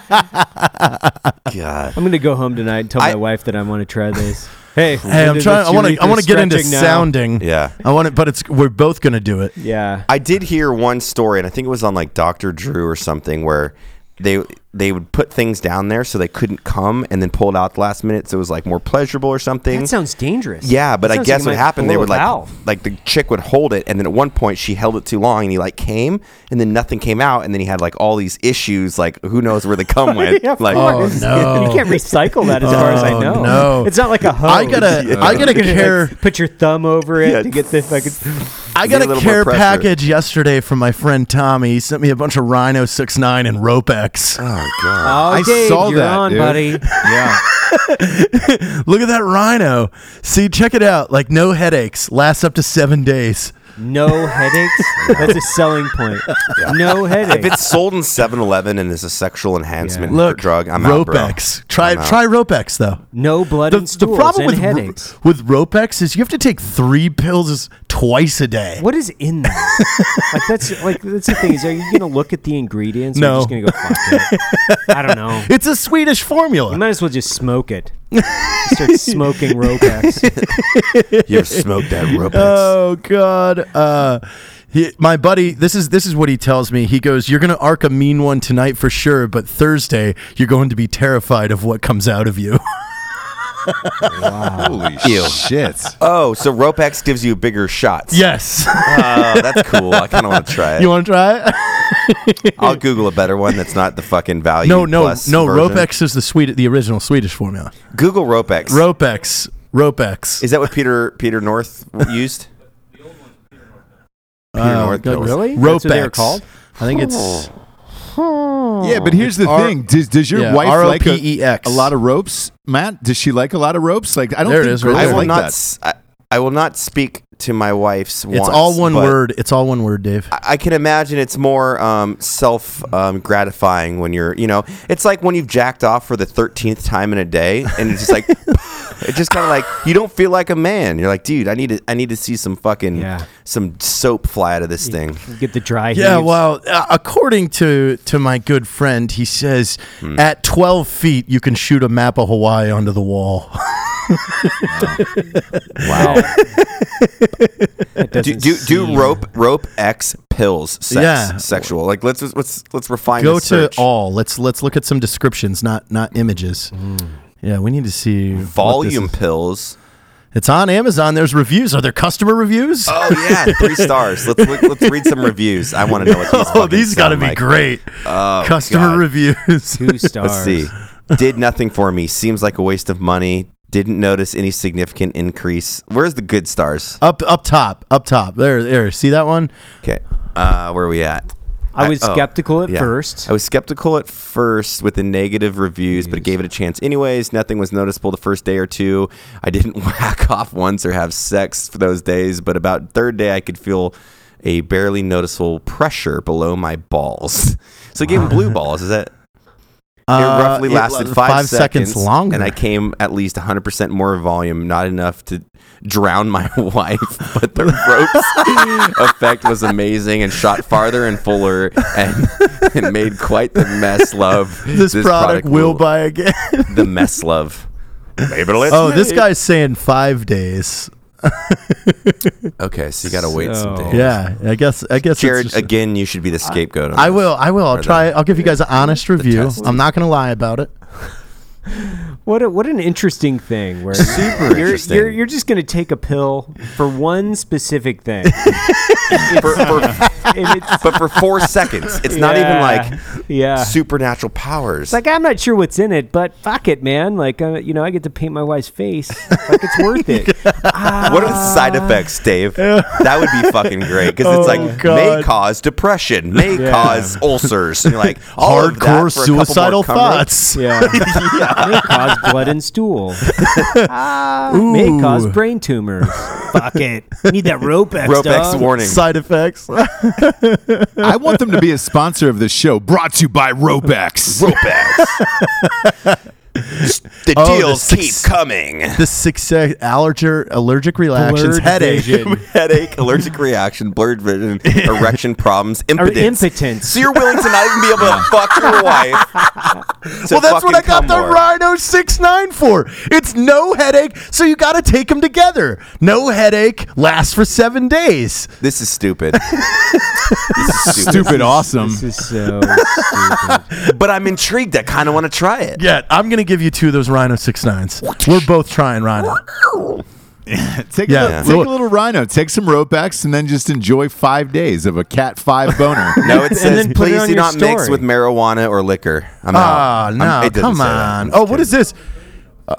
Speaker 5: start.
Speaker 4: God.
Speaker 5: I'm gonna go home tonight and tell
Speaker 4: I-
Speaker 5: my wife that I want to
Speaker 4: [laughs]
Speaker 5: try this. Hey,
Speaker 3: Hey, I'm trying. I want to. I want to get into
Speaker 5: sound.
Speaker 3: sounding.
Speaker 4: Yeah.
Speaker 3: I want it, but it's we're both gonna do it.
Speaker 5: Yeah,
Speaker 4: I did hear one story, and I think it was on like Doctor Drew or something, where they they would put things down there so they couldn't come, and then pull it out the last minute, so it was like more pleasurable or something.
Speaker 5: that sounds dangerous.
Speaker 4: yeah, but
Speaker 5: That
Speaker 4: I
Speaker 5: sounds
Speaker 4: guess
Speaker 5: like
Speaker 4: what
Speaker 5: it might
Speaker 4: happened, they
Speaker 5: blow
Speaker 4: would
Speaker 5: a
Speaker 4: like
Speaker 5: valve.
Speaker 4: like the chick would hold it, and then at one point she held it too long, and he like came, and then nothing came out, and then he had like all these issues, like who knows where the
Speaker 5: [laughs]
Speaker 4: cum [laughs] went,
Speaker 5: Yeah, of
Speaker 4: like
Speaker 5: course.
Speaker 3: Oh, no.
Speaker 5: you can't recycle that as far as I
Speaker 3: Oh,
Speaker 5: know.
Speaker 3: no.
Speaker 5: It's not like a hose.
Speaker 3: I gotta- Yeah. I gotta
Speaker 4: [laughs]
Speaker 5: You like,
Speaker 3: care-
Speaker 5: put your thumb over it
Speaker 4: Yeah.
Speaker 5: to get the fucking.
Speaker 3: I
Speaker 4: [laughs] Need
Speaker 3: got a
Speaker 4: a little more
Speaker 3: care
Speaker 4: pressure.
Speaker 3: package yesterday from my friend Tommy. He sent me a bunch of Rhino 69 and Ropex.
Speaker 4: oh god,
Speaker 5: Oh,
Speaker 2: I
Speaker 5: Dave,
Speaker 2: saw
Speaker 5: you're
Speaker 2: that,
Speaker 5: on,
Speaker 2: dude.
Speaker 5: buddy.
Speaker 3: [laughs]
Speaker 2: Yeah,
Speaker 3: Look at that Rhino. See, check it out. Like no headaches. Lasts up to seven days.
Speaker 5: No headaches. That's a selling
Speaker 4: [laughs]
Speaker 5: point.
Speaker 4: [laughs]
Speaker 5: No
Speaker 4: if
Speaker 5: headaches.
Speaker 4: it's sold in 7-Eleven and is a sexual enhancement
Speaker 5: Yeah.
Speaker 3: Look,
Speaker 4: drug, I'm out, bro.
Speaker 3: Ropex. Try
Speaker 4: I'm out.
Speaker 3: try Ropex though.
Speaker 5: No blood
Speaker 3: The,
Speaker 5: and
Speaker 3: the
Speaker 5: stools
Speaker 3: problem
Speaker 5: and
Speaker 3: with Ro-
Speaker 5: headaches.
Speaker 3: with Ropex is you have to take three pills twice a day.
Speaker 5: What is
Speaker 4: [laughs]
Speaker 5: in that? like that's like that's the thing. Is are you gonna look at the ingredients?
Speaker 3: No.
Speaker 5: Or just gonna go fuck it.
Speaker 4: [laughs]
Speaker 5: I don't know.
Speaker 3: It's a Swedish
Speaker 5: You
Speaker 3: formula.
Speaker 5: might as well just smoke it. Start
Speaker 4: [laughs]
Speaker 5: smoking Robex.
Speaker 3: [laughs]
Speaker 4: You ever smoked that Ropex?
Speaker 3: Oh God. Oh, Uh, He, my buddy, this is this is what he tells me. He goes, "You're gonna arc a mean one tonight for sure, but Thursday you're going to be terrified of what comes out of
Speaker 5: [laughs]
Speaker 3: you."
Speaker 2: Holy shit.
Speaker 4: Oh, so Ropex gives you bigger shots.
Speaker 3: yes,
Speaker 4: Oh, that's cool. I kind of want to
Speaker 3: [laughs]
Speaker 4: try
Speaker 3: you
Speaker 4: it.
Speaker 3: want to try it?
Speaker 4: I'll Google a better one that's not the fucking value.
Speaker 3: No, no,
Speaker 4: plus
Speaker 3: no.
Speaker 4: version.
Speaker 3: Ropex is the Swedish, the original Swedish formula.
Speaker 4: Google Ropex.
Speaker 3: Ropex, Ropex.
Speaker 4: Is that what Peter Peter North
Speaker 3: [laughs]
Speaker 4: used? Peter North
Speaker 3: Oh, God,
Speaker 4: pills.
Speaker 5: Really? That's what they were
Speaker 3: Ropex.
Speaker 5: called?
Speaker 3: I think it's
Speaker 2: Yeah, but here's the
Speaker 3: R-
Speaker 2: thing: does, does your
Speaker 3: yeah,
Speaker 2: wife like a,
Speaker 3: R-O-P-E-X.
Speaker 2: a lot of ropes, Matt? Does she like a lot of ropes? Like I don't
Speaker 3: There it
Speaker 2: think
Speaker 3: is right
Speaker 2: girls
Speaker 4: I
Speaker 3: there.
Speaker 4: will
Speaker 2: like
Speaker 4: not.
Speaker 2: that.
Speaker 4: s- [laughs] I, I will not speak to my wife's.
Speaker 3: it's
Speaker 4: wants,
Speaker 3: all one
Speaker 4: but
Speaker 3: word. It's all one word, Dave.
Speaker 4: I- I can imagine it's more um, self um, gratifying when you're, you know, it's like when you've jacked off for the thirteenth time in a day, and it's
Speaker 3: [laughs]
Speaker 4: just like, it's just kind of like you don't feel like a man. You're like, dude, I need to, I need to see some fucking,
Speaker 5: Yeah.
Speaker 4: some soap fly out of this thing.
Speaker 5: Get the dry
Speaker 3: Yeah,
Speaker 5: heaves.
Speaker 3: well, uh, according to to my good friend, he says
Speaker 4: Hmm.
Speaker 3: at 12 feet you can shoot a map of Hawaii onto the
Speaker 4: [laughs]
Speaker 3: wall.
Speaker 4: Wow.
Speaker 5: That doesn't
Speaker 4: do do, do
Speaker 5: seem-
Speaker 4: rope rope X pills sex
Speaker 3: Yeah.
Speaker 4: sexual like let's let's let's refine
Speaker 3: Go
Speaker 4: the
Speaker 3: to
Speaker 4: search.
Speaker 3: all. Let's let's look at some descriptions, not not images. Yeah, we need to see what this
Speaker 4: Hmm. volume
Speaker 3: is.
Speaker 4: pills.
Speaker 3: It's on Amazon. There's reviews. Are there customer reviews?
Speaker 4: Oh yeah, [laughs] three stars. Let's look, let's read some reviews. I want to know [laughs] what these.
Speaker 3: [laughs] Oh,
Speaker 4: fucking
Speaker 3: these got to
Speaker 4: sound
Speaker 3: be
Speaker 4: like.
Speaker 3: great.
Speaker 4: Oh,
Speaker 3: customer
Speaker 4: God.
Speaker 3: reviews. [laughs]
Speaker 5: Two stars.
Speaker 4: Let's see. Did nothing for me. Seems like a waste of money. Didn't notice any significant increase. Where's the good stars?
Speaker 3: up up top, up top. There there. See that one?
Speaker 4: Okay, uh, where are we at?
Speaker 5: I was
Speaker 4: I- oh,
Speaker 5: skeptical at
Speaker 4: yeah.
Speaker 5: first.
Speaker 4: I was skeptical at first with the negative reviews, but gave it a chance anyways. Nothing was noticeable the first day or two. I didn't [laughs] whack off once or have sex for those days, but about third day I could feel a barely noticeable pressure below my balls. [laughs] So I gave him
Speaker 5: [laughs]
Speaker 4: blue balls. Is that it
Speaker 3: Uh,
Speaker 4: roughly lasted
Speaker 3: was
Speaker 4: five,
Speaker 3: seconds, longer.
Speaker 4: and I came at least 100% more volume, not enough to drown my [laughs] wife, but the ropes [laughs] effect was amazing and shot farther and fuller and, [laughs] and made quite the mess love.
Speaker 3: this, product, will buy again. [laughs]
Speaker 4: the mess love. Maybe let's
Speaker 3: oh, this guy's saying five days.
Speaker 4: Okay, so you gotta wait some
Speaker 5: So-
Speaker 4: days.
Speaker 3: Yeah, I guess. I guess. it's
Speaker 4: Jared, uh,
Speaker 3: just-
Speaker 4: again, you should be the scapegoat. on
Speaker 3: I
Speaker 4: this.
Speaker 3: will. I will. I'll
Speaker 4: the-
Speaker 3: try. I'll give you guys an honest review.
Speaker 4: test.
Speaker 3: I'm not going to lie about it.
Speaker 5: What a, what an interesting thing. Where
Speaker 4: Super
Speaker 5: you're,
Speaker 4: interesting.
Speaker 5: You're, you're just going to take a pill for one specific
Speaker 4: [laughs]
Speaker 5: thing.
Speaker 3: [laughs]
Speaker 4: For- for-
Speaker 5: If it's,
Speaker 4: but for four seconds, it's not even like
Speaker 5: Yeah. yeah.
Speaker 4: supernatural powers.
Speaker 5: It's like I'm not sure what's in it, but fuck it, man. Like uh, you know, I get to paint my wife's face. Like it's worth
Speaker 4: [laughs]
Speaker 5: it.
Speaker 4: What are the side effects,
Speaker 3: [laughs]
Speaker 4: Dave? That would be fucking great because it's
Speaker 3: Ah. Oh,
Speaker 4: like may
Speaker 3: God.
Speaker 4: cause depression, may
Speaker 5: Yeah.
Speaker 4: cause ulcers, and
Speaker 3: [laughs]
Speaker 4: you're like all
Speaker 3: Hardcore
Speaker 4: of that for a couple more
Speaker 3: suicidal
Speaker 4: cum rubs?
Speaker 3: thoughts.
Speaker 5: Yeah, [laughs] may cause blood and stool. Ah, may
Speaker 3: Ooh.
Speaker 5: cause brain tumors. fuck it. [laughs] Need that Ropex.
Speaker 4: [laughs] Ropex
Speaker 5: dog.
Speaker 4: warning.
Speaker 3: Side
Speaker 4: [laughs]
Speaker 3: effects.
Speaker 2: I want them to be a sponsor of this show, brought to you by Ropex.
Speaker 4: Ropex. the
Speaker 3: Oh, the
Speaker 4: deals
Speaker 3: six-
Speaker 4: keep coming.
Speaker 3: the success allerger allergic reactions
Speaker 5: Blurred
Speaker 3: headache. [laughs]
Speaker 5: vision.
Speaker 4: [laughs] Headache, allergic reaction, blurred vision, erection problems,
Speaker 5: Or
Speaker 4: impotence.
Speaker 5: impotence.
Speaker 4: So you're willing to not even be able to
Speaker 3: [laughs]
Speaker 4: fuck your wife. to
Speaker 3: Well, that's what
Speaker 4: fucking
Speaker 3: I got
Speaker 4: cum
Speaker 3: the
Speaker 4: more.
Speaker 3: Rhino 69 for. It's no headache, so you got to take them together. No headache lasts for seven days.
Speaker 4: This is stupid. this is
Speaker 3: [laughs]
Speaker 4: stupid.
Speaker 2: Stupid awesome.
Speaker 5: This is so stupid.
Speaker 4: But I'm intrigued. I kind of want to try it.
Speaker 3: Yeah, I'm going to give you two of those Rhino 69s. We're both trying Rhino.
Speaker 2: Take,
Speaker 3: Yeah.
Speaker 2: a, little- take a little rhino, take some Ropex, and then just enjoy five days of a cat five boner.
Speaker 3: [laughs]
Speaker 4: No, it says
Speaker 5: then put it
Speaker 4: please
Speaker 5: on
Speaker 4: do
Speaker 5: your
Speaker 4: not mix
Speaker 5: story."
Speaker 4: with marijuana or liquor. I'm
Speaker 3: Ah,
Speaker 4: out. I'm-
Speaker 3: no,
Speaker 4: it doesn't
Speaker 3: come
Speaker 4: say that.
Speaker 3: on.
Speaker 4: I'm just
Speaker 3: Oh, what
Speaker 4: kidding.
Speaker 3: is this? Uh,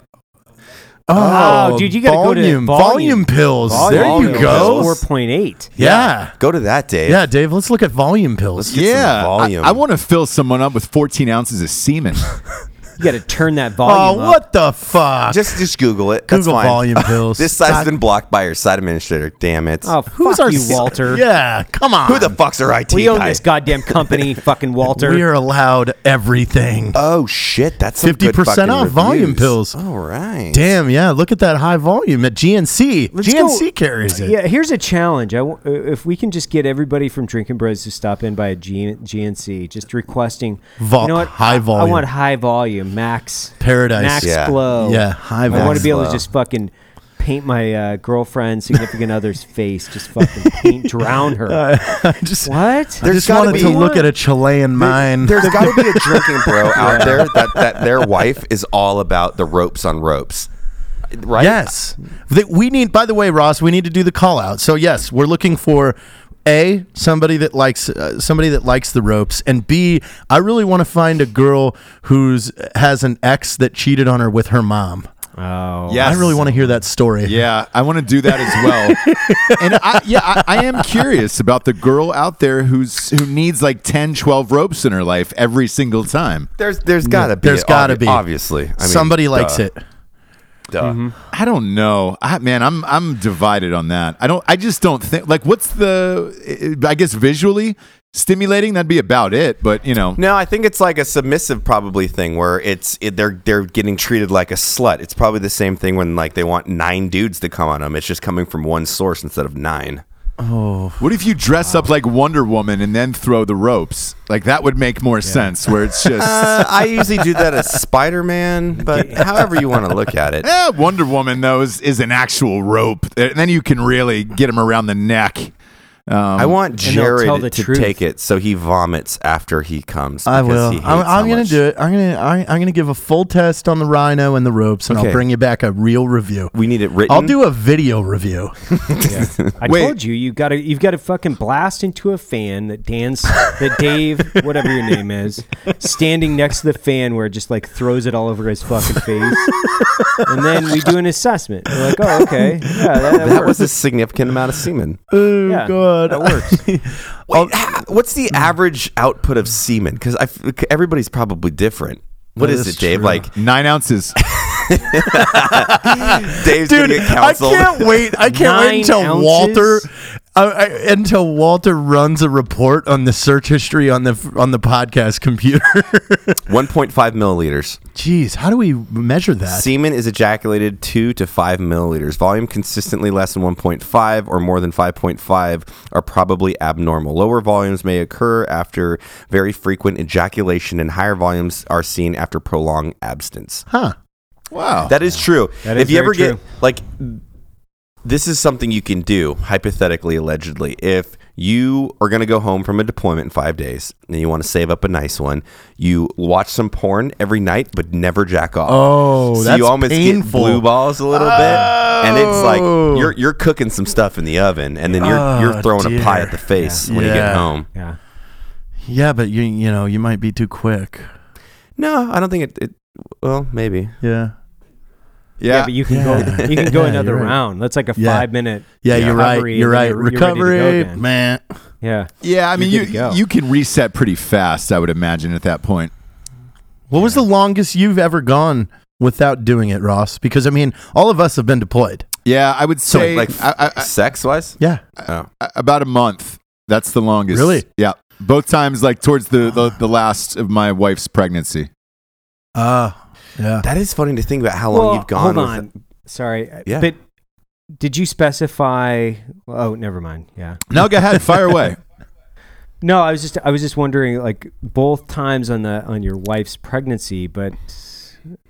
Speaker 5: Oh, dude, you gotta go to
Speaker 3: volume,
Speaker 5: volume.
Speaker 3: volume pills.
Speaker 4: Volume
Speaker 3: there you
Speaker 4: pills.
Speaker 3: go.
Speaker 5: Four point eight.
Speaker 3: Yeah.
Speaker 4: Go to that, Dave.
Speaker 3: Yeah, Dave, let's look at volume pills.
Speaker 4: [laughs] Get some
Speaker 2: yeah, I-
Speaker 4: volume.
Speaker 2: I, want to fill someone up with 14 ounces of semen.
Speaker 5: You got to turn that
Speaker 3: Oh,
Speaker 5: volume up.
Speaker 3: what the fuck?
Speaker 4: [laughs] Just just Google it. That's
Speaker 3: Google
Speaker 4: fine.
Speaker 3: volume pills.
Speaker 4: [laughs] this site's
Speaker 3: God.
Speaker 4: been blocked by your site administrator. Damn it.
Speaker 5: Oh,
Speaker 3: Who's
Speaker 5: fuck
Speaker 3: our
Speaker 5: you,
Speaker 3: s-
Speaker 5: Walter?
Speaker 3: Yeah, come on.
Speaker 4: Who the fuck's our IT
Speaker 5: We own
Speaker 4: guy?
Speaker 5: this goddamn
Speaker 3: [laughs]
Speaker 5: company, fucking Walter.
Speaker 3: We are allowed everything.
Speaker 4: Oh shit, that's some good
Speaker 3: 50%
Speaker 4: fucking
Speaker 3: off volume
Speaker 4: reviews.
Speaker 3: pills.
Speaker 4: All right.
Speaker 3: Damn, yeah, look at that high volume at GNC.
Speaker 5: Let's
Speaker 3: GNC
Speaker 5: go-
Speaker 3: carries it.
Speaker 5: Yeah, here's a challenge. I w- uh, if we can just get everybody from Drinking Bros to stop in by a G- GNC, just requesting
Speaker 3: Vol-
Speaker 5: you know what?
Speaker 3: high
Speaker 5: I- I
Speaker 3: volume.
Speaker 5: want high volume, max
Speaker 3: Paradise.
Speaker 5: max
Speaker 4: Yeah.
Speaker 5: flow.
Speaker 3: Yeah, high
Speaker 5: I want
Speaker 3: volume.
Speaker 5: to be able to
Speaker 4: Flow.
Speaker 5: just fucking paint my uh, girlfriend, significant other's face. Just fucking paint, drown her.
Speaker 3: [laughs] I just,
Speaker 5: What?
Speaker 3: I
Speaker 4: There's
Speaker 3: just
Speaker 4: gotta
Speaker 3: wanted to
Speaker 4: be-
Speaker 3: look at a Chilean mine. [laughs]
Speaker 4: There's got to be a drinking bro out there that, that their wife is all about the ropes on ropes, right?
Speaker 3: Yes. That we need, by the way, Ross, we need to do the call out. So, yes, we're looking for. A somebody that likes uh, somebody that likes the ropes, and B I really want to find a girl who's uh, has an ex that cheated on her with her mom.
Speaker 5: Oh,
Speaker 2: Yes.
Speaker 3: I really want to hear that story.
Speaker 2: Yeah, I want to do that as
Speaker 4: [laughs]
Speaker 2: well. and I, yeah, I, I am curious about the girl out there who's who needs like 10, 12 ropes in her life every single time.
Speaker 4: There's there's got to be.
Speaker 3: There's gotta
Speaker 4: obvi-
Speaker 3: be.
Speaker 4: Obviously, I mean,
Speaker 3: somebody likes
Speaker 4: duh,
Speaker 3: it.
Speaker 4: Duh.
Speaker 2: I don't know, I, man. I'm I'm divided on that. I don't. I just don't think like what's the. eh, I guess visually stimulating that'd be about it. But you know,
Speaker 4: No, I think it's like a submissive probably thing where it's it, they're they're getting treated like a slut. It's probably the same thing when like they want nine dudes to come on them. It's just coming from one source instead of nine.
Speaker 2: what if you dress up like Wonder Woman and then throw the ropes? Like that would make more sense. Where
Speaker 3: [laughs]
Speaker 2: it's just.
Speaker 4: Uh, I usually do that as Spider Man, [laughs] but however you want to look at
Speaker 3: Um,
Speaker 4: it.
Speaker 2: Eh, Wonder Woman though is, is an actual rope, and then you can really get him around the neck.
Speaker 4: I want
Speaker 5: they'll tell the
Speaker 4: Jared to
Speaker 5: truth.
Speaker 4: take it so he vomits after he comes.
Speaker 3: I
Speaker 4: because
Speaker 3: will.
Speaker 4: he
Speaker 3: I'm,
Speaker 4: hates how
Speaker 3: I'm gonna
Speaker 4: much-
Speaker 3: do it. I'm gonna I, I'm gonna give a full test on the rhino and the ropes, and
Speaker 4: Okay. Mm-hmm.
Speaker 3: I'll bring you back a real review.
Speaker 4: We need it written.
Speaker 3: I'll do a video
Speaker 4: [laughs]
Speaker 3: review.
Speaker 5: I
Speaker 2: Wait.
Speaker 5: told you you got to you've got to fucking blast into a fan that Dan's that
Speaker 3: [laughs]
Speaker 5: Dave whatever your name is standing next to the fan where it just like throws it all over his fucking face, and then we do an assessment. We're like, oh okay, yeah, that, that
Speaker 4: That
Speaker 5: works.
Speaker 4: was a significant amount of semen.
Speaker 3: oh
Speaker 5: Yeah,
Speaker 3: God,
Speaker 5: that
Speaker 3: [laughs]
Speaker 5: works.
Speaker 4: Wait, ha- what's the average output of semen? Because everybody's probably different. What
Speaker 3: That
Speaker 4: is
Speaker 3: is
Speaker 4: it, Dave?
Speaker 3: true.
Speaker 4: Like
Speaker 2: Nine ounces.
Speaker 4: Dave's
Speaker 3: dude,
Speaker 4: gonna get
Speaker 3: I
Speaker 4: counseled.
Speaker 3: can't wait. I can't
Speaker 5: Nine
Speaker 3: wait until
Speaker 5: ounces?
Speaker 3: Walter. I, I, until Walter runs a report on the search history on the on the podcast computer. [laughs]
Speaker 4: One point five milliliters.
Speaker 3: Jeez, how do we measure that?
Speaker 4: Semen is ejaculated two to five milliliters. Volume consistently less than one point five or more than five point five are probably abnormal. Lower volumes may occur after very frequent ejaculation, and higher volumes are seen after prolonged abstinence.
Speaker 3: huh?
Speaker 2: Wow.
Speaker 4: That is true.
Speaker 5: That
Speaker 4: if
Speaker 5: is
Speaker 4: you
Speaker 5: very
Speaker 4: ever
Speaker 5: true.
Speaker 4: get like this is something you can do hypothetically allegedly if you are going to go home from a deployment in 5 days and you want to save up a nice one you watch some porn every night but never jack off
Speaker 3: Oh,
Speaker 4: so
Speaker 3: that's
Speaker 4: you almost
Speaker 3: painful.
Speaker 4: get blue balls a little bit and it's like
Speaker 3: Oh.
Speaker 4: you're you're cooking some stuff in the oven and then you're
Speaker 3: Oh,
Speaker 4: you're throwing a pie
Speaker 3: dear.
Speaker 4: at the face when you
Speaker 3: Yeah.
Speaker 4: get home
Speaker 5: yeah.
Speaker 3: yeah, but you you know you might be too quick.
Speaker 4: no i don't think it, it well maybe
Speaker 3: Yeah.
Speaker 5: yeah,
Speaker 2: yeah.
Speaker 5: but you can
Speaker 3: Yeah.
Speaker 5: go you can go
Speaker 3: Yeah,
Speaker 5: another
Speaker 3: you're right.
Speaker 5: round. That's like a
Speaker 3: Yeah.
Speaker 5: five minute.
Speaker 3: Yeah, you're right.
Speaker 5: recovery,
Speaker 3: You're
Speaker 5: and then
Speaker 3: right.
Speaker 5: you're- you're ready to go
Speaker 3: Recovery,
Speaker 5: again.
Speaker 3: man.
Speaker 5: Yeah.
Speaker 2: yeah, I mean, you
Speaker 5: You're good to
Speaker 2: you,
Speaker 5: go.
Speaker 2: can reset pretty fast, I would imagine, at that point.
Speaker 3: What was the longest you've ever gone without doing it, Ross? Because I mean, all of us have been deployed.
Speaker 2: Yeah, I would
Speaker 4: so
Speaker 2: say
Speaker 4: like Oh.
Speaker 2: I- I-
Speaker 4: sex wise
Speaker 3: Yeah.
Speaker 2: I- about a month. That's the longest.
Speaker 3: Really?
Speaker 2: Yeah. Both times, like towards the, the, the last of my wife's pregnancy.
Speaker 3: Ah. yeah.
Speaker 4: That is funny to think about how long
Speaker 5: Well,
Speaker 4: you've gone.
Speaker 5: Hold
Speaker 4: with
Speaker 5: on. Sorry.
Speaker 4: Yeah.
Speaker 5: But did you specify? Oh, never mind. Yeah.
Speaker 2: No, go ahead, fire away.
Speaker 5: No, I was just I was just wondering, like both times on the on your wife's pregnancy, but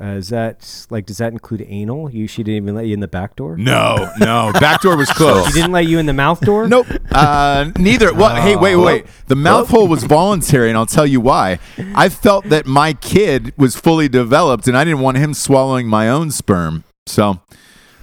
Speaker 5: uh, is that like does that include anal? You she didn't even let you in the back door.
Speaker 2: [laughs] No, no, back door was
Speaker 5: She
Speaker 2: closed.
Speaker 5: didn't let you in the mouth door.
Speaker 2: Nope. Uh, neither. Well, hey, wait, wait, wait. The mouth hole was voluntary, and I'll tell you why. I felt that my kid was fully developed, and I didn't want him swallowing my own sperm. So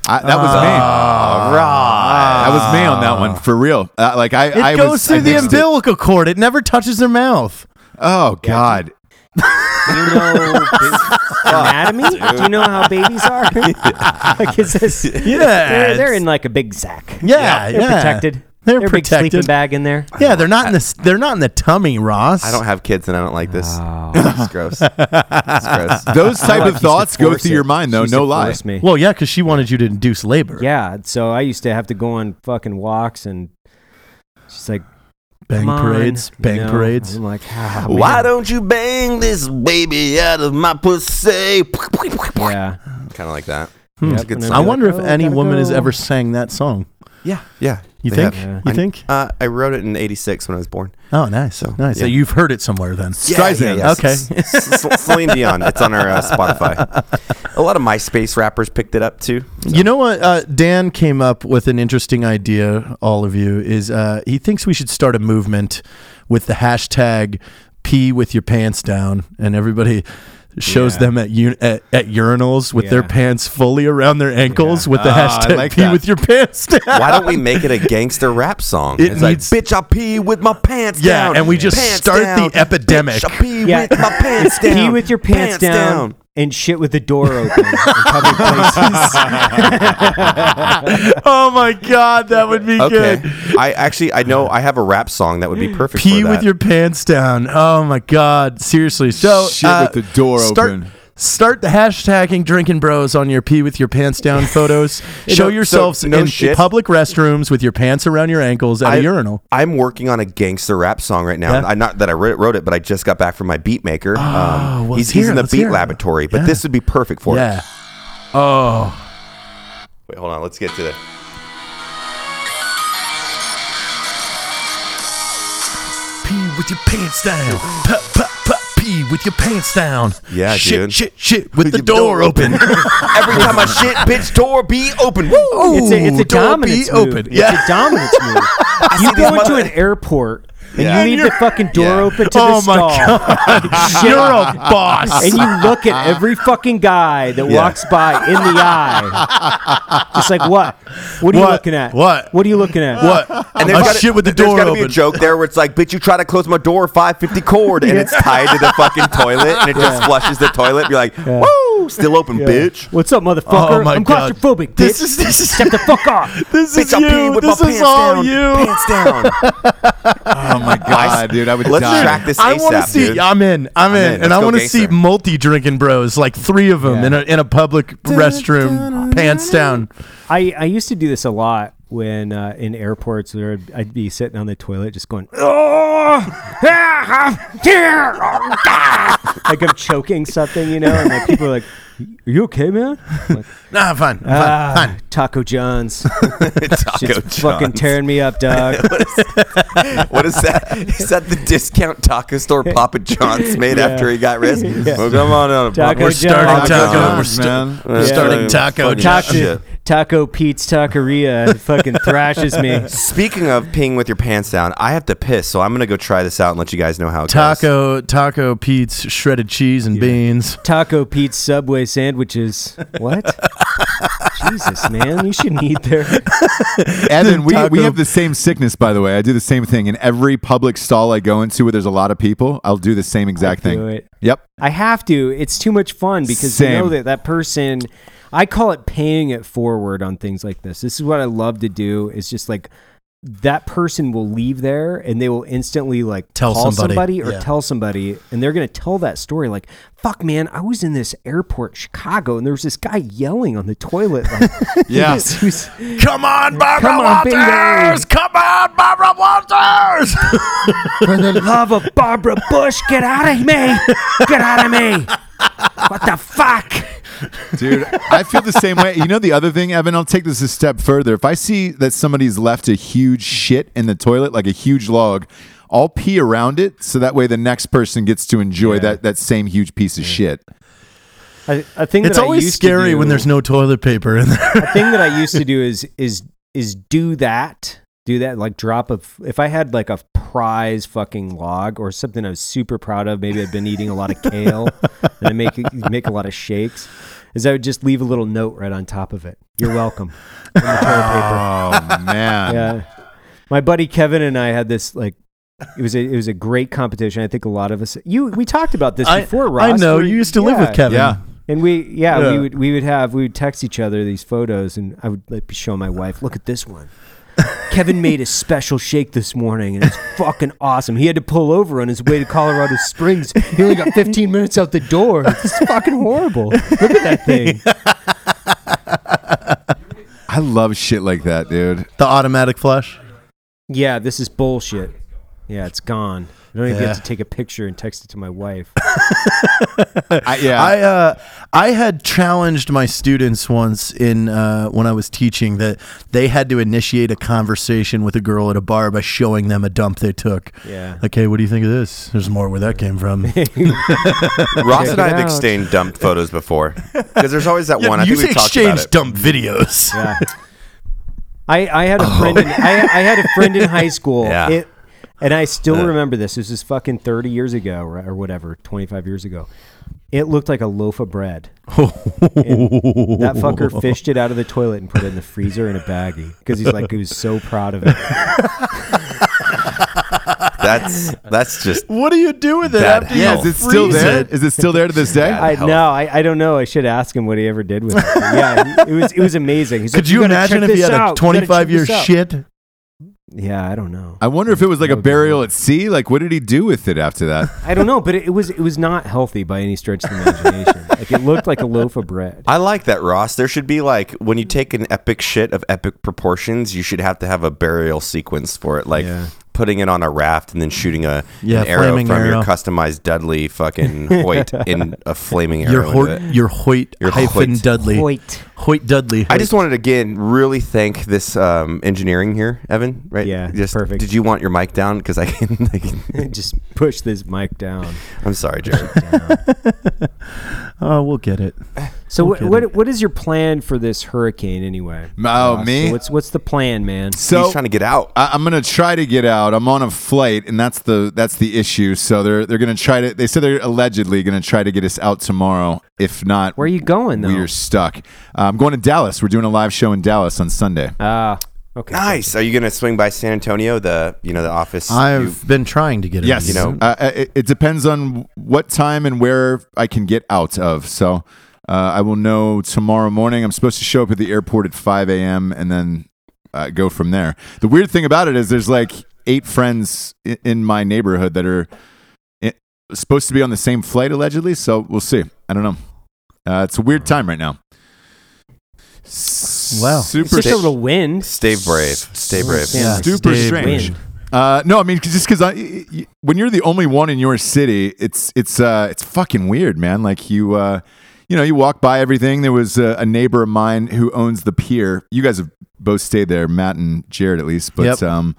Speaker 2: I, that was me. That was me on that one for real. Uh, like I,
Speaker 3: It
Speaker 2: I
Speaker 3: goes
Speaker 2: was, I
Speaker 3: through the
Speaker 2: mixed it.
Speaker 3: umbilical cord. It never touches their mouth.
Speaker 2: Oh God.
Speaker 5: Do you know
Speaker 3: [laughs]
Speaker 5: ba- anatomy? Do you know how babies are? like is this? Yeah, they're, they're in like a big sack.
Speaker 3: Yeah,
Speaker 5: they're
Speaker 3: yeah.
Speaker 5: protected.
Speaker 3: They're
Speaker 5: Their big
Speaker 3: protected.
Speaker 5: sleeping bag in there.
Speaker 3: Yeah, they're not in the they're not in the tummy, Ross.
Speaker 4: I don't have kids and I don't like this. [laughs]
Speaker 3: Oh.
Speaker 4: It's gross. It's [laughs]
Speaker 3: [laughs]
Speaker 4: gross.
Speaker 2: Those type of thoughts go through your mind, though. No lie.
Speaker 5: lies. Me.
Speaker 3: Well, yeah, because she wanted you to induce labor.
Speaker 5: Yeah, so I used to have to go on fucking walks and she's like
Speaker 3: bang
Speaker 5: "Come on,"
Speaker 3: parades,
Speaker 5: you
Speaker 3: bang
Speaker 5: know?
Speaker 3: parades.
Speaker 5: I'm like, ah,
Speaker 4: Why
Speaker 5: man."
Speaker 4: don't you bang this baby out of my pussy?
Speaker 5: Yeah,
Speaker 4: Kind of like that. a
Speaker 5: Yep,
Speaker 4: good
Speaker 5: and
Speaker 4: song.
Speaker 5: then
Speaker 3: Hmm. I
Speaker 5: I'd be
Speaker 3: wonder
Speaker 5: like,
Speaker 3: if
Speaker 5: "Oh,
Speaker 3: any
Speaker 5: gotta
Speaker 3: woman has
Speaker 5: go."
Speaker 3: ever sang that song.
Speaker 4: Yeah, yeah.
Speaker 3: You
Speaker 4: they
Speaker 3: think?
Speaker 4: have.
Speaker 5: Yeah.
Speaker 3: You
Speaker 4: I-
Speaker 3: think?
Speaker 4: Uh, I wrote it in '86 when I was born.
Speaker 3: Oh, nice.
Speaker 4: So,
Speaker 3: nice. So
Speaker 4: yeah.
Speaker 3: you've heard it somewhere then.
Speaker 2: Streisand.
Speaker 3: Okay.
Speaker 4: S- S- S- Celine Dion. It's on our uh, Spotify. A lot of MySpace rappers picked it up too.
Speaker 3: You know what? Uh, Dan came up with an interesting idea. All of you is uh, he thinks we should start a movement with the hashtag pee with your pants down, and everybody shows
Speaker 5: Yeah.
Speaker 3: them at, un- at at urinals with their
Speaker 5: Yeah.
Speaker 3: pants fully around their ankles with the
Speaker 2: Ah, I
Speaker 3: hashtag
Speaker 2: like
Speaker 3: pee
Speaker 2: that.
Speaker 3: with your pants down. [laughs]
Speaker 4: Why don't we make it a gangster rap song?
Speaker 3: It
Speaker 4: it's
Speaker 3: needs-
Speaker 4: like, bitch, I pee with my pants
Speaker 3: Yeah,
Speaker 4: down.
Speaker 3: and we just
Speaker 4: Pants
Speaker 3: start the
Speaker 4: down.
Speaker 3: epidemic.
Speaker 4: Bitch, I pee
Speaker 3: [laughs]
Speaker 5: Yeah.
Speaker 4: with my pants down.
Speaker 5: [laughs] Pee with your pants, down, and shit with the door open in
Speaker 3: [laughs]
Speaker 5: public places.
Speaker 3: oh my god, that would [laughs] be
Speaker 4: Okay.
Speaker 3: good.
Speaker 4: I actually, I know I have a rap song that would be perfect
Speaker 3: Pee
Speaker 4: for
Speaker 3: with
Speaker 4: that.
Speaker 3: your pants down. Oh my god, seriously. So uh,
Speaker 2: Shit with the door
Speaker 3: start,
Speaker 2: open.
Speaker 3: Start the hashtagging drinking bros on your pee with your pants
Speaker 4: [laughs]
Speaker 3: down photos. Show
Speaker 4: know, so,
Speaker 3: yourselves
Speaker 4: no
Speaker 3: in
Speaker 4: shit.
Speaker 3: public restrooms with your pants around your ankles at a
Speaker 4: I-
Speaker 3: urinal.
Speaker 4: I'm working on a gangster rap song right now.
Speaker 3: Yeah.
Speaker 4: I not that I wrote, wrote it, but I just got back from my beat maker. um,
Speaker 3: Ah, well,
Speaker 4: he's,
Speaker 3: let's
Speaker 4: he's
Speaker 3: hear
Speaker 4: in
Speaker 3: it,
Speaker 4: the
Speaker 3: let's
Speaker 4: beat
Speaker 3: hear it.
Speaker 4: laboratory, but
Speaker 3: Yeah.
Speaker 4: this would be perfect for
Speaker 3: Yeah.
Speaker 4: it.
Speaker 3: Oh,
Speaker 4: Wait, hold on. Let's get to the.
Speaker 3: pee with your pants down. Pop, pop, pop, pee with your pants down.
Speaker 4: Yeah,
Speaker 3: shit,
Speaker 4: dude.
Speaker 3: shit, shit, with, the
Speaker 4: your
Speaker 3: door,
Speaker 4: door
Speaker 3: open.
Speaker 4: [laughs] Every time I shit, bitch, door be open. Woo!
Speaker 5: It's a, it's
Speaker 3: Ooh, door be
Speaker 5: a dominance move.
Speaker 3: open.
Speaker 5: It's
Speaker 3: Yeah.
Speaker 5: a dominance
Speaker 3: [laughs]
Speaker 5: move.
Speaker 4: these
Speaker 5: You go into
Speaker 4: mother-
Speaker 5: an airport and
Speaker 4: Yeah.
Speaker 5: you leave the fucking door
Speaker 4: Yeah.
Speaker 5: open to
Speaker 3: oh
Speaker 5: the
Speaker 3: my
Speaker 5: stall.
Speaker 3: god, you're a boss.
Speaker 5: and you look at every fucking guy that
Speaker 4: Yeah.
Speaker 5: walks by in the eye. Just like what? What are
Speaker 3: What?
Speaker 5: you looking at?
Speaker 3: What?
Speaker 5: What are you looking at?
Speaker 3: what?
Speaker 4: And
Speaker 3: a
Speaker 4: there's gotta-
Speaker 3: Oh, shit with the
Speaker 4: there's
Speaker 3: door
Speaker 4: gotta
Speaker 3: open.
Speaker 4: be a joke there where it's like, bitch, you try to close my door 550
Speaker 3: [laughs]
Speaker 4: cord, and it's tied to the fucking toilet, and it just flushes the toilet. You're like, woo, still open, bitch.
Speaker 5: What's up, motherfucker?
Speaker 3: Oh my
Speaker 5: I'm
Speaker 3: God.
Speaker 5: claustrophobic. Bitch.
Speaker 3: This is- this is-
Speaker 5: step the
Speaker 3: [laughs]
Speaker 5: fuck off.
Speaker 3: This
Speaker 4: Bitch,
Speaker 3: is
Speaker 4: I pee
Speaker 3: you.
Speaker 4: with
Speaker 3: This
Speaker 4: my
Speaker 3: is
Speaker 4: pants
Speaker 3: all
Speaker 4: down.
Speaker 3: you.
Speaker 4: Pants
Speaker 3: [laughs]
Speaker 4: down. [laughs]
Speaker 2: Oh my god, dude, I would
Speaker 4: Let's
Speaker 2: die. [laughs]
Speaker 4: track this
Speaker 3: I want to
Speaker 4: ASAP,
Speaker 3: see.
Speaker 4: dude.
Speaker 3: I'm in. I'm, in,
Speaker 4: in.
Speaker 3: and
Speaker 4: Let's
Speaker 3: I
Speaker 4: go
Speaker 3: want to
Speaker 4: gangster.
Speaker 3: see multi drinking bros, like three of them
Speaker 5: Yeah.
Speaker 3: in a in a public restroom, pants down.
Speaker 5: I, I used to do this a lot when uh, in airports where I'd, I'd be sitting on the toilet just going, oh, yeah, I'm here. Oh, God." [laughs] like I'm choking something, you know, and like people are like, are you okay, man? I'm like,
Speaker 3: Nah, I'm fine. I'm fine.
Speaker 5: ah,
Speaker 3: [laughs]
Speaker 5: Taco John's. Shit's
Speaker 4: Taco
Speaker 5: fucking
Speaker 4: John's.
Speaker 5: tearing me up, dog.
Speaker 4: What is
Speaker 5: [laughs]
Speaker 4: that? Is that the discount taco store Papa John's made
Speaker 5: Yeah.
Speaker 4: after he got arrested?
Speaker 5: [laughs] Yeah.
Speaker 4: Well, come on out.
Speaker 5: Taco
Speaker 3: uh,
Speaker 4: Papa.
Speaker 3: We're starting
Speaker 5: John's.
Speaker 3: taco.
Speaker 2: John's,
Speaker 3: We're sta-
Speaker 2: man.
Speaker 3: we're starting taco.
Speaker 4: Fucking
Speaker 3: John's.
Speaker 5: Taco,
Speaker 4: shit.
Speaker 5: Taco Pete's Taqueria fucking thrashes
Speaker 3: [laughs]
Speaker 5: me.
Speaker 4: Speaking of peeing with your pants down, I have to piss, so I'm gonna go try this out and let you guys know how it goes.
Speaker 3: Taco, taco, Pete's shredded cheese and beans.
Speaker 5: Taco Pete's Subway sandwiches. What? Jesus, man, you shouldn't eat there.
Speaker 2: Evan, we, we
Speaker 3: Taco-
Speaker 2: have the same sickness, by the way. I do the same thing in every public stall I go into where there's a lot of people. I'll do the same exact
Speaker 5: I do
Speaker 2: thing.
Speaker 5: it.
Speaker 2: Yep.
Speaker 5: I have to. It's too much fun because you
Speaker 2: Same.
Speaker 5: know that that person. I call it paying it forward on things like this. This is what I love to do. Is just like that person will leave there and they will instantly like
Speaker 3: Tell
Speaker 5: call
Speaker 3: somebody.
Speaker 5: or
Speaker 3: Yeah.
Speaker 5: tell somebody, and they're gonna tell that story like, "Fuck, man, I was in this airport, in Chicago, and there was this guy yelling on the toilet."
Speaker 3: [laughs]
Speaker 5: Like,
Speaker 2: Yeah.
Speaker 5: he was- [laughs] he was-
Speaker 3: Come on, Barbara
Speaker 5: Come on, baby.
Speaker 3: Walters! Come on, Barbara Walters! [laughs]
Speaker 5: For the love of Barbara Bush, get out of me! Get out of me! What the fuck?
Speaker 2: Dude, I feel the same way. You know the other thing, Evan, I'll take this a step further. If I see that somebody's left a huge shit in the toilet, like a huge log, I'll pee around it so that way the next person gets to enjoy that, that same huge piece of shit.
Speaker 5: I, I think
Speaker 3: It's
Speaker 5: that I
Speaker 3: always
Speaker 5: used to
Speaker 3: scary when
Speaker 5: do-
Speaker 3: there's no toilet paper in there.
Speaker 5: a thing that I used to do is is is do that. Do that like drop of if I had like a prize fucking log or something I was super proud of, maybe I'd been eating a lot of kale and I make make a lot of shakes, is I would just leave a little note right on top of it. You're welcome.
Speaker 2: [laughs]
Speaker 5: on the toilet paper.
Speaker 2: Oh man.
Speaker 5: yeah. My buddy Kevin and I had this like it was a it was a great competition. I think a lot of us you we talked about this
Speaker 3: I,
Speaker 5: before,
Speaker 3: [laughs]
Speaker 5: Ross.
Speaker 3: I know
Speaker 5: where-
Speaker 3: you used to live with
Speaker 5: yeah.
Speaker 3: Kevin.
Speaker 2: Yeah.
Speaker 5: And we yeah,
Speaker 3: Yeah.
Speaker 5: we would we would have we would text each other these photos and I would like be showing my wife, look at this
Speaker 3: [laughs]
Speaker 5: one. Kevin made a special shake this morning and it's fucking awesome. He had to pull over on his way to Colorado Springs. He only got 15 minutes out the door. It's fucking horrible. Look at
Speaker 3: [laughs]
Speaker 5: that thing.
Speaker 2: I love shit like that, dude.
Speaker 3: The automatic flush.
Speaker 5: Yeah, this is bullshit. Yeah, it's gone. I don't even
Speaker 3: Yeah.
Speaker 5: get to take a picture and text it to my wife.
Speaker 2: I, yeah.
Speaker 3: I uh, I had challenged my students once in uh, when I was teaching that they had to initiate a conversation with a girl at a bar by showing them a dump they took.
Speaker 5: Yeah.
Speaker 3: Like, hey, what do you think of this? There's more where that came
Speaker 4: [laughs]
Speaker 3: from.
Speaker 4: Ross
Speaker 5: Check
Speaker 4: and
Speaker 5: it
Speaker 4: I have
Speaker 5: out.
Speaker 4: exchanged dump photos before because there's
Speaker 3: [laughs]
Speaker 4: always that one. I
Speaker 3: you
Speaker 4: think we talked about
Speaker 3: exchange
Speaker 4: it.
Speaker 3: dump videos. [laughs]
Speaker 5: Yeah. [laughs] I, I had a friend in,
Speaker 3: Oh.
Speaker 5: I, I had a friend in
Speaker 3: [laughs]
Speaker 5: high school.
Speaker 4: Yeah.
Speaker 5: It- and I still remember this. This is fucking 30 years ago or, or whatever, 25 years ago. It looked like a loaf of bread. And that fucker fished it out of the toilet and put it in the freezer in a baggie because he's like, he was so
Speaker 3: [laughs]
Speaker 5: proud of it.
Speaker 4: That's that's just
Speaker 3: What do you do with it
Speaker 4: Bad
Speaker 3: after
Speaker 2: yeah,
Speaker 3: you
Speaker 2: is it still
Speaker 3: freeze
Speaker 2: there?
Speaker 3: it?
Speaker 2: Is it still there to
Speaker 3: [laughs]
Speaker 2: this day?
Speaker 5: I no, I, I don't know. I should ask him what he ever did with it. But yeah, it was it was amazing. He's like,
Speaker 3: Could you,
Speaker 5: gotta
Speaker 3: imagine
Speaker 5: check
Speaker 3: if you
Speaker 5: this
Speaker 3: had a
Speaker 5: out. You gotta check
Speaker 3: 25 year
Speaker 5: this out."
Speaker 3: shit?
Speaker 5: Yeah, I don't know.
Speaker 2: I wonder if it was like a burial at sea. Like, what did he do with it after that?
Speaker 5: I don't know, but it, it was it was not healthy by any stretch of the imagination. like it looked like a loaf of bread.
Speaker 4: I like that, Ross. There should be like when you take an epic shit of epic proportions, you should have to have a burial sequence for it, like
Speaker 5: Yeah.
Speaker 4: putting it on a raft and then shooting a
Speaker 3: Yeah,
Speaker 4: an arrow
Speaker 3: flaming
Speaker 4: from
Speaker 3: arrow.
Speaker 4: your customized
Speaker 3: [laughs]
Speaker 4: Dudley fucking Hoyt in a flaming arrow.
Speaker 3: Your
Speaker 4: into
Speaker 3: Hoyt,
Speaker 4: it.
Speaker 3: your Hoyt
Speaker 4: Your
Speaker 3: hyphen
Speaker 4: Hoyt.
Speaker 3: Dudley.
Speaker 5: Hoyt.
Speaker 3: Hoyt Dudley.
Speaker 4: I just wanted to again really thank this um, engineering here, Evan. Right?
Speaker 5: Yeah,
Speaker 4: Just,
Speaker 5: perfect.
Speaker 4: Did you want your mic down? Because I can. [laughs] I can
Speaker 5: [laughs] Just push this mic down.
Speaker 4: I'm
Speaker 3: [laughs]
Speaker 4: sorry, Jared.
Speaker 3: Oh, we'll get it.
Speaker 5: So what, what what is your plan for this hurricane anyway?
Speaker 2: Oh,
Speaker 5: Ross?
Speaker 2: me?
Speaker 5: So what's what's the plan, man?
Speaker 2: So
Speaker 4: He's trying to get out.
Speaker 2: I, I'm gonna try to get out. I'm on a flight, and that's the that's the issue. So they're they're gonna try to. They said they're allegedly gonna try to get us out tomorrow. If not,
Speaker 5: Where are you going though?
Speaker 2: we are stuck. Uh, I'm going to Dallas. We're doing a live show in Dallas on Sunday.
Speaker 5: Ah, okay.
Speaker 4: nice. Are you gonna swing by San Antonio? The you know the office.
Speaker 3: I've
Speaker 4: you-
Speaker 3: been trying to get it.
Speaker 2: Yes,
Speaker 4: You know-
Speaker 2: uh, it, it depends on what time and where I can get out of. So uh, I will know tomorrow morning. I'm supposed to show up at the airport at 5 a.m. and then uh, go from there. The weird thing about it is there's like eight friends in, in my neighborhood that are i supposed to be on the same flight allegedly. So we'll see. I don't know. Uh, it's a weird time right now. S-
Speaker 3: Wow.
Speaker 2: super
Speaker 5: It's just
Speaker 4: Stay-
Speaker 5: a little wind.
Speaker 4: stay brave. Stay brave.
Speaker 5: Yeah.
Speaker 2: super
Speaker 3: Stay
Speaker 2: strange.
Speaker 5: brave.
Speaker 2: Uh, no, I mean 'cause- just because I, y- y- when you're the only one in your city, it's it's uh, it's fucking weird, man. Like you, uh, you know, you walk by everything. There was a, a neighbor of mine who owns the pier. You guys have both stayed there, Matt and Jared, at least. But
Speaker 3: Yep.
Speaker 2: um,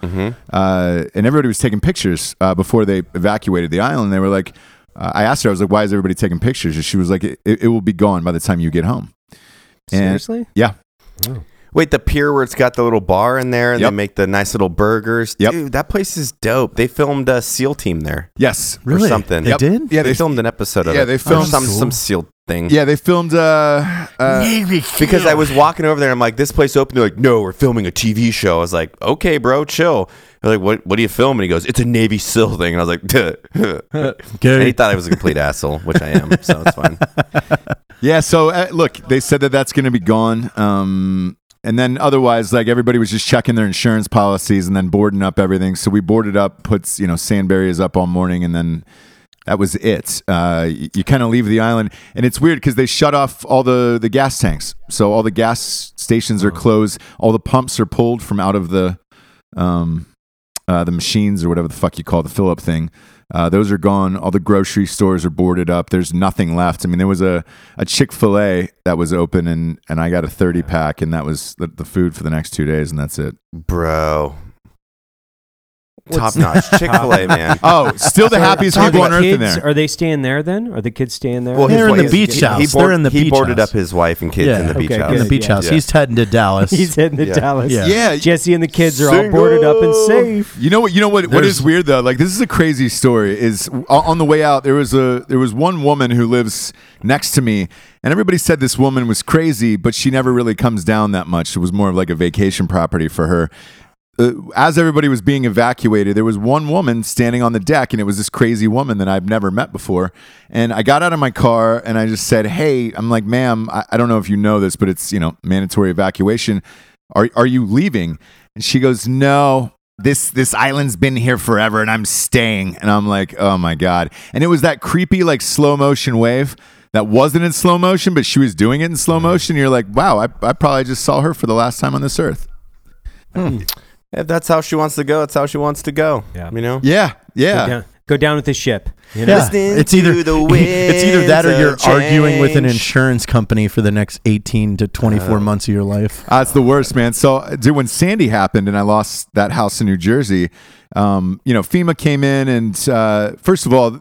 Speaker 2: uh, and everybody was taking pictures uh, before they evacuated the island. They were like, uh, I asked her, I was like, why is everybody taking pictures? And she was like, it, it will be gone by the time you get home. And-
Speaker 5: Seriously?
Speaker 2: Yeah.
Speaker 4: Wait, the pier where it's got the little bar in there, and
Speaker 2: Yep.
Speaker 4: they make the nice little burgers.
Speaker 2: Yep.
Speaker 4: Dude, that place is dope. They filmed a SEAL team there
Speaker 2: Yes.
Speaker 3: Really?
Speaker 4: or something.
Speaker 3: They
Speaker 2: Yep.
Speaker 3: did?
Speaker 2: Yeah,
Speaker 4: they,
Speaker 2: they-
Speaker 4: filmed an episode of
Speaker 2: yeah,
Speaker 4: it.
Speaker 2: they
Speaker 4: Or
Speaker 2: filmed-
Speaker 4: some
Speaker 2: Cool.
Speaker 4: some SEAL thing.
Speaker 2: Yeah, they filmed. Uh, uh,
Speaker 4: Because I was walking over there, and I'm like, "This place open." They're like, "No, we're filming a TV show." I was like, "Okay, bro, chill." They're like, "What? What are you filming?" He goes, "It's a Navy SEAL thing," and I was like, [laughs] "Duh." and he
Speaker 3: Okay.
Speaker 4: thought I was a complete asshole, which I am, so it's fine.
Speaker 2: Yeah. So uh, look, they said that that's going to be gone. Um, and then otherwise, like everybody was just checking their insurance policies and then boarding up everything. So we boarded up, puts you know sand barriers up all morning, and then that was it. Uh, y- you kind of leave the island, and it's weird because they shut off all the the gas tanks, so all the gas stations are closed. All the pumps are pulled from out of the um, uh, the machines or whatever the fuck you call the fill up thing. Uh, those are gone. All the grocery stores are boarded up. There's nothing left. I mean, there was a, a Chick fil A that was open, and, and I got a 30 pack, and that was the, the food for the next two days, and that's it.
Speaker 4: Bro, top
Speaker 5: What's-
Speaker 4: notch Chick Fil A, man.
Speaker 2: Oh, still [laughs] the
Speaker 5: So
Speaker 2: happiest
Speaker 5: are
Speaker 2: people
Speaker 5: the
Speaker 2: on earth in
Speaker 5: kids-
Speaker 2: there.
Speaker 5: Are they staying there then? Are the kids staying there?
Speaker 4: Well,
Speaker 3: They're
Speaker 4: his
Speaker 3: in the
Speaker 4: wife-
Speaker 3: beach
Speaker 4: he- He
Speaker 3: house.
Speaker 4: board-
Speaker 3: They're in the
Speaker 4: he
Speaker 3: beach
Speaker 4: boarded
Speaker 3: house.
Speaker 4: up his wife and kids
Speaker 3: Yeah.
Speaker 4: in the beach
Speaker 5: Okay,
Speaker 4: house.
Speaker 5: good.
Speaker 3: In the beach
Speaker 5: Yeah.
Speaker 3: house.
Speaker 4: Yeah.
Speaker 3: He's heading to
Speaker 4: [laughs]
Speaker 3: Dallas.
Speaker 5: [laughs] He's in the
Speaker 4: Yeah.
Speaker 5: Dallas.
Speaker 3: Yeah.
Speaker 2: Yeah.
Speaker 5: Jesse and the kids are all boarded up and safe.
Speaker 2: You know what? You know what? What
Speaker 3: There's-
Speaker 2: is weird though? Like this is a crazy story. Is o- on the way out there was a there was one woman who lives next to me, and everybody said this woman was crazy, but she never really comes down that much. It was more of like a vacation property for her. Uh, as everybody was being evacuated, there was one woman standing on the deck, and it was this crazy woman that I've never met before. And I got out of my car and I just said, "Hey, I'm like, ma'am, I, I don't know if you know this, but it's you know mandatory evacuation. Are are you leaving?" And she goes, "No, this this island's been here forever and I'm staying. And I'm like, oh my God. And it was that creepy, like slow motion wave that wasn't in slow motion, but she was doing it in slow motion. You're like, wow, I, I probably just saw her for the last time on this earth.
Speaker 4: If that's how she wants to go, that's how she wants to go.
Speaker 5: Yeah.
Speaker 4: You know?
Speaker 2: Yeah. Yeah.
Speaker 5: Yeah. go down with the ship. You know?
Speaker 3: Yeah,
Speaker 4: Listening
Speaker 3: it's either [laughs]
Speaker 4: to the
Speaker 3: it's either that or
Speaker 4: winds
Speaker 3: you're
Speaker 4: of
Speaker 3: arguing with an
Speaker 4: change. Uh,
Speaker 3: insurance company for the next 18 to 24 months of your life.
Speaker 2: That's Ah, the worst, man. So, dude, when Sandy happened and I lost that house in New Jersey, um, you know, FEMA came in and uh, first of all,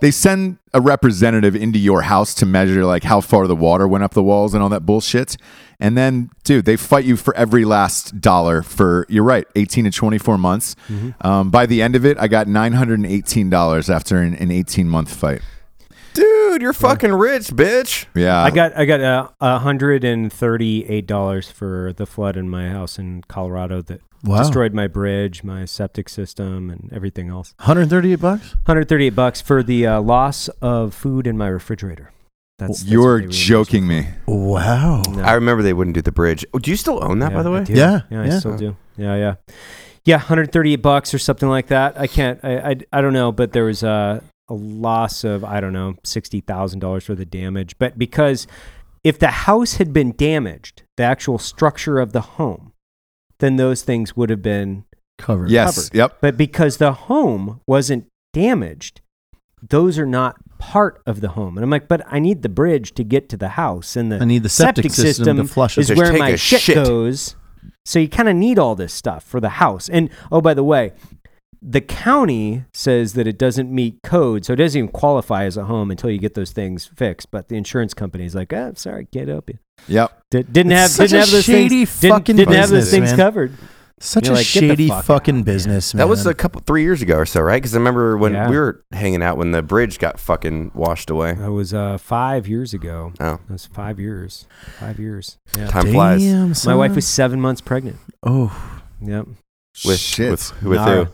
Speaker 2: they send a representative into your house to measure like how far the water went up the walls and all that bullshit. And then, dude, they fight you for every last dollar for you're right, eighteen to twenty four months.
Speaker 4: Mm-hmm.
Speaker 2: Um, by the end of it, I got nine hundred and eighteen dollars after an, an eighteen month fight.
Speaker 4: dude, you're fucking rich, bitch.
Speaker 2: Yeah,
Speaker 5: I got I got uh, a hundred and thirty eight dollars for the flood in my house in Colorado that
Speaker 3: Wow.
Speaker 5: destroyed my bridge, my septic system, and everything else.
Speaker 3: 138 bucks?
Speaker 5: Hundred thirty eight bucks for the uh, loss of food in my refrigerator. That's, that's what
Speaker 2: you're
Speaker 5: they were
Speaker 2: joking me.
Speaker 3: Wow.
Speaker 5: reimbursed. No.
Speaker 4: I remember they wouldn't do the bridge. Oh, do you still own that,
Speaker 5: Yeah,
Speaker 4: by the
Speaker 5: I
Speaker 4: way?
Speaker 5: do.
Speaker 3: Yeah,
Speaker 5: yeah,
Speaker 3: yeah.
Speaker 5: I still do. Yeah, yeah, yeah. 138 bucks or something like that. I can't. I I, I don't know, but there was a a loss of I don't know sixty thousand dollars for the damage. But because if the house had been damaged, the actual structure of the home, then those things would have been.
Speaker 3: Covered.
Speaker 2: Yes,
Speaker 5: covered.
Speaker 2: yep.
Speaker 5: But because the home wasn't damaged, those are not part of the home. And I'm like, but I need the bridge to get to the house, and the
Speaker 3: I need the septic system to flush it.
Speaker 5: is
Speaker 4: Just
Speaker 5: where
Speaker 4: take
Speaker 5: my
Speaker 4: a
Speaker 5: shit,
Speaker 4: shit.
Speaker 5: goes. So you kind of need all this stuff for the house. And oh, by the way, the county says that it doesn't meet code, so it doesn't even qualify as a home until you get those things fixed. But the insurance company is like, "Oh, sorry, get up."
Speaker 2: Yep.
Speaker 5: D- didn't
Speaker 3: It's
Speaker 5: have
Speaker 3: such
Speaker 5: didn't
Speaker 3: a
Speaker 5: have those
Speaker 3: shady
Speaker 5: things. Didn't,
Speaker 3: fucking
Speaker 5: didn't have those
Speaker 3: business,
Speaker 5: things
Speaker 3: man.
Speaker 5: covered.
Speaker 3: Such
Speaker 5: You're
Speaker 3: a
Speaker 5: like, get the
Speaker 3: shady
Speaker 5: fuck
Speaker 3: fucking
Speaker 5: out, man.
Speaker 3: business, man.
Speaker 4: That was a couple, three years ago or so, right? Because I remember when
Speaker 5: Yeah.
Speaker 4: we were hanging out when the bridge got fucking washed away.
Speaker 5: That was uh, five years ago.
Speaker 4: Oh,
Speaker 5: That was five years. Five years. Yeah.
Speaker 4: time flies.
Speaker 3: Damn,
Speaker 5: My
Speaker 3: son.
Speaker 5: wife was seven months pregnant.
Speaker 3: Oh.
Speaker 5: Yep.
Speaker 4: With
Speaker 2: Shit.
Speaker 4: with, with who?
Speaker 5: Nara.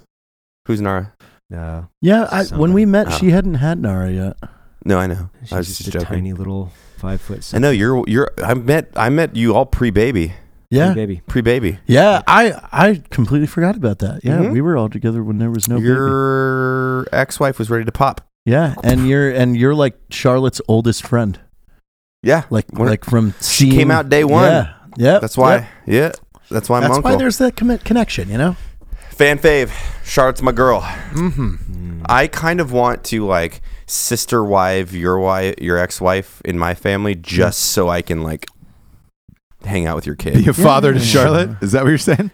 Speaker 4: Who's Nara?
Speaker 5: Uh,
Speaker 3: Yeah, I, when
Speaker 5: Somebody.
Speaker 3: we met,
Speaker 4: Oh.
Speaker 3: she hadn't had Nara yet.
Speaker 4: No, I know.
Speaker 5: she's
Speaker 4: I was
Speaker 5: just,
Speaker 4: just,
Speaker 5: a
Speaker 4: joking.
Speaker 5: tiny little five foot.
Speaker 4: I know you're you're. I met I met you all pre baby
Speaker 3: Yeah.
Speaker 5: baby.
Speaker 4: pre baby.
Speaker 3: Yeah, I I completely forgot about that. Yeah,
Speaker 4: Mhm.
Speaker 3: we were all together when there was no baby.
Speaker 4: Your ex wife was ready to pop.
Speaker 3: Yeah,
Speaker 4: [laughs]
Speaker 3: and you're and you're like Charlotte's oldest friend,
Speaker 4: Yeah,
Speaker 3: like
Speaker 4: When-
Speaker 3: like from
Speaker 4: She
Speaker 3: seeing,
Speaker 4: came out day one.
Speaker 3: Yeah, yep,
Speaker 4: That's why.
Speaker 3: yep.
Speaker 4: Yeah, that's why I'm
Speaker 3: That's
Speaker 4: uncle.
Speaker 3: why there's that commit connection, you know.
Speaker 4: Fan fave. Charlotte's my girl.
Speaker 3: Mm-hmm.
Speaker 5: Mm.
Speaker 4: I kind of want to like sister wife your wife your ex wife in my family just so I can like hang out with your kid.
Speaker 2: Be a father to
Speaker 3: yeah, yeah.
Speaker 2: Charlotte? Is that what you're saying?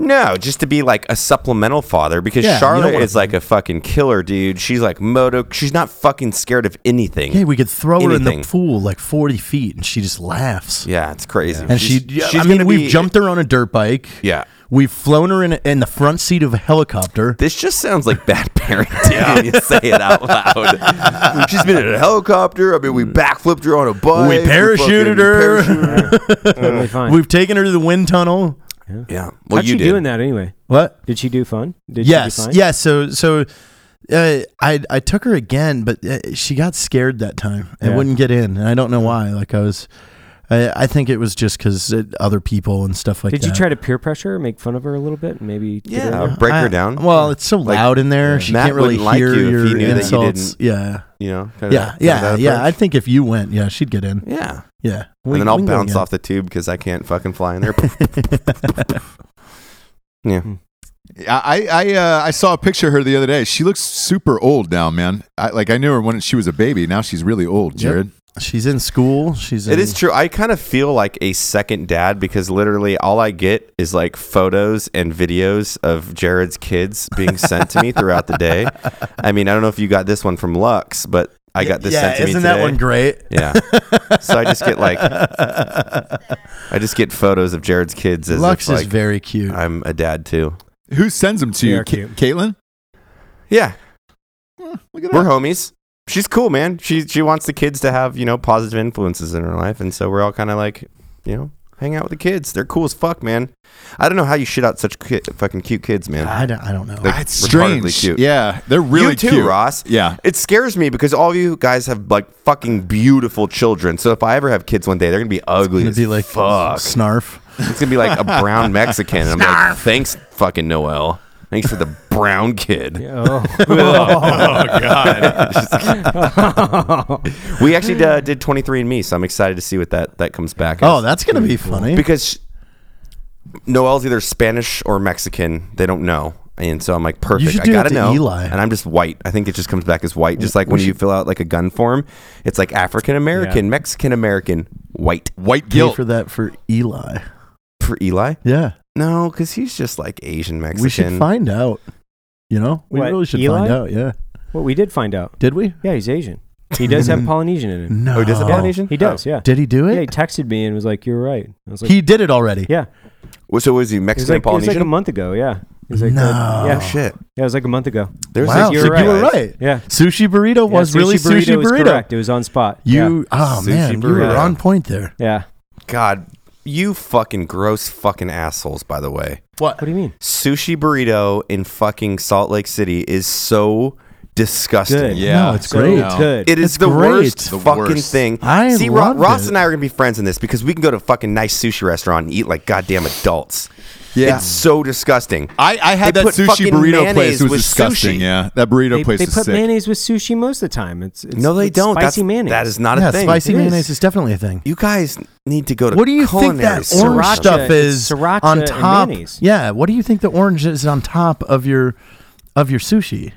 Speaker 4: No, just to be like a supplemental father because
Speaker 3: Yeah, you don't
Speaker 4: Charlotte
Speaker 3: wanna-
Speaker 4: is like a fucking killer, dude. She's like moto. She's not fucking scared of anything.
Speaker 3: Hey, we could throw her in
Speaker 4: Anything.
Speaker 3: the pool like 40 feet, and she just laughs.
Speaker 4: Yeah, it's crazy.
Speaker 3: And she, I mean,
Speaker 4: gonna
Speaker 3: we've
Speaker 4: be-
Speaker 3: jumped her on a dirt bike.
Speaker 4: Yeah.
Speaker 3: We've flown her in, a, in the front seat of a helicopter.
Speaker 4: This just sounds like bad [laughs] parenting when you say it out loud. [laughs] Mm. We've just been in a helicopter. I mean, we backflipped her on a bike.
Speaker 3: We parachuted
Speaker 4: fucking
Speaker 3: her.
Speaker 4: parachuted her.
Speaker 5: Totally fine.
Speaker 3: We've taken her to the wind tunnel.
Speaker 4: [laughs] yeah. Well,
Speaker 5: How'd
Speaker 4: you
Speaker 5: she
Speaker 4: did.
Speaker 5: doing that anyway?
Speaker 3: What?
Speaker 5: Did she do fun? Did she do
Speaker 3: yes,
Speaker 5: fine?
Speaker 3: yes. So, so uh, I I took her again, but uh, she got scared that time and
Speaker 5: Yeah.
Speaker 3: wouldn't get in. And I don't know why. Like I was, I, I think it was just because other people and stuff like
Speaker 5: Did
Speaker 3: that.
Speaker 5: you try to peer pressure her, make fun of her a little bit, and maybe? get her
Speaker 4: Yeah,
Speaker 5: in there?
Speaker 4: Uh, break her
Speaker 3: I-
Speaker 4: down.
Speaker 3: Well, it's so loud in there. She
Speaker 4: Matt
Speaker 3: can't really
Speaker 4: wouldn't like
Speaker 3: hear
Speaker 4: you if
Speaker 3: your
Speaker 4: he knew that you
Speaker 3: insults.
Speaker 4: didn't-
Speaker 3: Yeah.
Speaker 4: you know. kinda-
Speaker 3: Yeah,
Speaker 4: kinda
Speaker 3: yeah,
Speaker 4: that
Speaker 3: yeah. I
Speaker 4: approach.
Speaker 3: think if you went, yeah, she'd get in.
Speaker 4: yeah.
Speaker 3: Yeah,
Speaker 4: and then I'll
Speaker 3: can go
Speaker 4: bounce
Speaker 3: again.
Speaker 4: off the tube because I can't fucking
Speaker 3: [laughs]
Speaker 4: fly in there. yeah.
Speaker 2: I I uh, I saw a picture of her the other day. She looks super old now, man. I, like I knew her when she was a baby. Now she's really old,
Speaker 3: Yep.
Speaker 2: Jared.
Speaker 3: [laughs] She's in school. She's. In,
Speaker 4: [laughs] It is true. I kind of feel like a second dad because literally all I get is like photos and videos of Jared's kids being sent to me throughout the
Speaker 3: [laughs]
Speaker 4: day. I mean, I don't know if you got this one from Lux, but I got this
Speaker 3: Yeah,
Speaker 4: sent to me
Speaker 3: isn't
Speaker 4: today.
Speaker 3: that one great?
Speaker 4: yeah. So I just get like I just get photos of Jared's kids as
Speaker 3: Lux
Speaker 4: if,
Speaker 3: is
Speaker 4: like,
Speaker 3: very cute.
Speaker 4: I'm a dad too.
Speaker 2: Who sends them to
Speaker 5: They
Speaker 2: you,
Speaker 5: are
Speaker 2: Ca-
Speaker 5: cute.
Speaker 2: Caitlin?
Speaker 4: Yeah,
Speaker 2: Look at
Speaker 4: we're
Speaker 2: that.
Speaker 4: homies. She's cool, man. She she wants the kids to have, you know, positive influences in her life. And so we're all kind of like, you know, hang out with the kids. They're cool as fuck, man. I don't know how you shit out such ki- fucking cute kids, man.
Speaker 3: I don't. I don't know.
Speaker 4: Like,
Speaker 2: It's
Speaker 4: retardedly
Speaker 2: strange.
Speaker 4: cute.
Speaker 2: Yeah, they're really
Speaker 4: you too,
Speaker 2: cute.
Speaker 4: Ross.
Speaker 2: Yeah.
Speaker 4: It scares me because all you guys have like fucking beautiful children. So if I ever have kids one day, they're gonna be ugly.
Speaker 3: It'd be like
Speaker 4: fuck. [laughs]
Speaker 3: snarf.
Speaker 4: It's gonna be like a
Speaker 3: [laughs]
Speaker 4: brown Mexican. And I'm like, thanks, fucking Noel. Thanks for the brown kid.
Speaker 5: Oh. Yeah, Oh.
Speaker 4: We actually uh, did 23andMe, so I'm excited to see what that that comes back.
Speaker 3: Oh,
Speaker 4: as.
Speaker 3: that's gonna be funny.
Speaker 4: because Noel's either Spanish or Mexican. They don't know, And so I'm like, perfect.
Speaker 3: should
Speaker 4: I
Speaker 3: do that
Speaker 4: gotta
Speaker 3: to
Speaker 4: know.
Speaker 3: Eli.
Speaker 4: And I'm just white. I think it just comes back as white. Just like when you fill out like a gun form, it's like African American,
Speaker 5: Yeah.
Speaker 4: Mexican American, white
Speaker 2: White
Speaker 3: Pay
Speaker 2: guilt.
Speaker 3: for that for Eli.
Speaker 4: for Eli.
Speaker 3: Yeah,
Speaker 4: No, because he's just like Asian Mexican.
Speaker 3: we should find out. You know, we
Speaker 5: What,
Speaker 3: really should
Speaker 5: Eli?
Speaker 3: find out. Yeah,
Speaker 5: [laughs] Well, we did find out.
Speaker 3: did we?
Speaker 5: Yeah, he's Asian. He does
Speaker 4: [laughs]
Speaker 5: have Polynesian in him.
Speaker 3: No.
Speaker 4: Oh, he does have Polynesian?
Speaker 5: He does.
Speaker 4: Oh.
Speaker 5: Yeah.
Speaker 3: Did he do
Speaker 5: Yeah. He
Speaker 3: it?
Speaker 5: texted me and was like, "You're right." I was like,
Speaker 3: he did it already.
Speaker 5: "Yeah."
Speaker 4: Well, So was he
Speaker 5: It was
Speaker 4: Mexican
Speaker 5: like, it was like
Speaker 4: Polynesian?
Speaker 5: a month ago. Yeah. It was like,
Speaker 3: No.
Speaker 5: uh,
Speaker 4: Oh
Speaker 5: yeah.
Speaker 4: shit!
Speaker 5: Yeah. It was like a month ago.
Speaker 4: There's
Speaker 3: Wow,
Speaker 4: like
Speaker 5: you're
Speaker 3: so
Speaker 5: right.
Speaker 3: you were right.
Speaker 5: Yeah.
Speaker 3: Sushi burrito
Speaker 5: Yeah,
Speaker 3: was really sushi
Speaker 5: was
Speaker 3: burrito.
Speaker 5: correct. It was on spot.
Speaker 3: You oh
Speaker 4: Sushi
Speaker 3: man, you were
Speaker 4: burrito.
Speaker 3: on point there.
Speaker 5: Yeah. yeah.
Speaker 4: God, you fucking gross fucking assholes. By the way,
Speaker 5: What do you mean?
Speaker 4: sushi burrito in fucking Salt Lake City is so disgusting.
Speaker 5: Good.
Speaker 2: Yeah.
Speaker 3: No, it's
Speaker 5: So
Speaker 3: great.
Speaker 5: good.
Speaker 4: It is
Speaker 3: It's
Speaker 4: the
Speaker 3: great.
Speaker 4: worst
Speaker 2: The
Speaker 4: fucking
Speaker 2: worst.
Speaker 4: thing.
Speaker 3: I
Speaker 4: see. Ro-
Speaker 3: loved
Speaker 4: Ross
Speaker 3: it.
Speaker 4: and I are gonna be friends in this because we can go to a fucking nice sushi restaurant and eat like goddamn adults.
Speaker 2: Yeah.
Speaker 4: it's so disgusting.
Speaker 2: I, I had
Speaker 4: They
Speaker 2: that
Speaker 4: put
Speaker 2: sushi
Speaker 4: fucking
Speaker 2: burrito place
Speaker 4: mayonnaise
Speaker 2: it was
Speaker 4: with
Speaker 2: disgusting.
Speaker 4: sushi.
Speaker 2: Yeah, that burrito
Speaker 5: they,
Speaker 2: place
Speaker 5: they
Speaker 2: is
Speaker 5: put
Speaker 2: sick.
Speaker 5: mayonnaise with sushi most of the time. It's, it's
Speaker 4: no, they
Speaker 5: it's
Speaker 4: don't.
Speaker 5: Spicy
Speaker 4: That's,
Speaker 5: mayonnaise.
Speaker 4: That is not
Speaker 3: yeah,
Speaker 4: a thing.
Speaker 3: spicy
Speaker 5: It is.
Speaker 3: mayonnaise is. definitely a thing.
Speaker 4: You guys need to go to.
Speaker 3: What do you think
Speaker 4: culinary
Speaker 3: that
Speaker 4: school or
Speaker 3: orange
Speaker 5: Sriracha,
Speaker 4: something.
Speaker 3: stuff is
Speaker 5: it's sriracha
Speaker 3: on
Speaker 5: and
Speaker 3: top?
Speaker 5: mayonnaise.
Speaker 3: Yeah, what do you think the orange is on top of your of your sushi?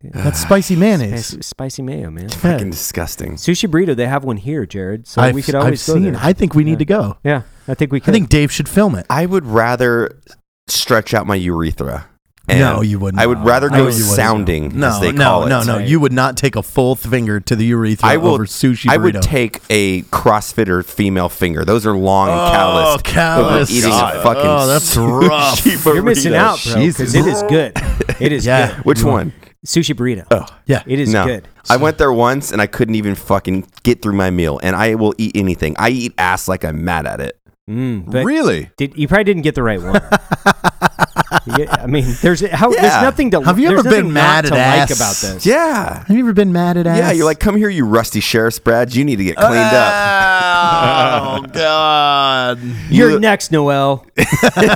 Speaker 3: That's spicy mayonnaise.
Speaker 5: spicy, spicy mayo, man.
Speaker 3: Yeah.
Speaker 4: Fucking disgusting.
Speaker 5: Sushi burrito. They have one here, Jared. So
Speaker 3: I've,
Speaker 5: we could
Speaker 3: I've
Speaker 5: always go
Speaker 3: seen.
Speaker 5: there.
Speaker 3: I think we need to go.
Speaker 5: yeah, I think we could.
Speaker 3: I think Dave should film it.
Speaker 4: I would rather stretch out my urethra.
Speaker 3: No, you wouldn't.
Speaker 4: I would rather
Speaker 3: No,
Speaker 4: go
Speaker 3: you wouldn't.
Speaker 4: sounding,
Speaker 3: No,
Speaker 4: as they
Speaker 3: no,
Speaker 4: call it.
Speaker 3: no, no. You would not take a full finger to the urethra
Speaker 4: I will.
Speaker 3: over sushi burrito.
Speaker 4: I would take a CrossFitter female finger. Those are long and
Speaker 3: Oh,
Speaker 4: calloused.
Speaker 3: callous.
Speaker 4: Over eating a
Speaker 3: God.
Speaker 4: fucking
Speaker 3: oh, that's
Speaker 4: sushi
Speaker 3: rough.
Speaker 5: You're missing
Speaker 4: burrito.
Speaker 5: out, bro. Because
Speaker 2: Jesus.
Speaker 5: it is good. It
Speaker 3: [laughs]
Speaker 5: is
Speaker 3: Yeah. Oh,
Speaker 5: good.
Speaker 4: Which one?
Speaker 5: Sushi burrito.
Speaker 3: Yeah.
Speaker 5: It is
Speaker 4: no,
Speaker 5: good.
Speaker 4: I went there once and I couldn't even fucking get through my meal. And I will eat anything. I eat ass like I'm mad at it.
Speaker 5: Mm, but
Speaker 2: really?
Speaker 5: did, you probably didn't get the right
Speaker 3: [laughs]
Speaker 5: one. You get- I mean, there's how,
Speaker 4: Yeah.
Speaker 5: there's nothing to.
Speaker 3: Have you
Speaker 5: there's
Speaker 3: ever been
Speaker 5: nothing
Speaker 3: mad
Speaker 5: not
Speaker 3: at
Speaker 5: to
Speaker 3: ass?
Speaker 5: like about this?
Speaker 4: Yeah.
Speaker 3: Have you ever been mad at ass?
Speaker 4: Yeah, you're like, come here, you rusty sheriff's Brad. You need to get cleaned up. [laughs]
Speaker 2: Oh God!
Speaker 5: You're next, Noel.
Speaker 3: Eli,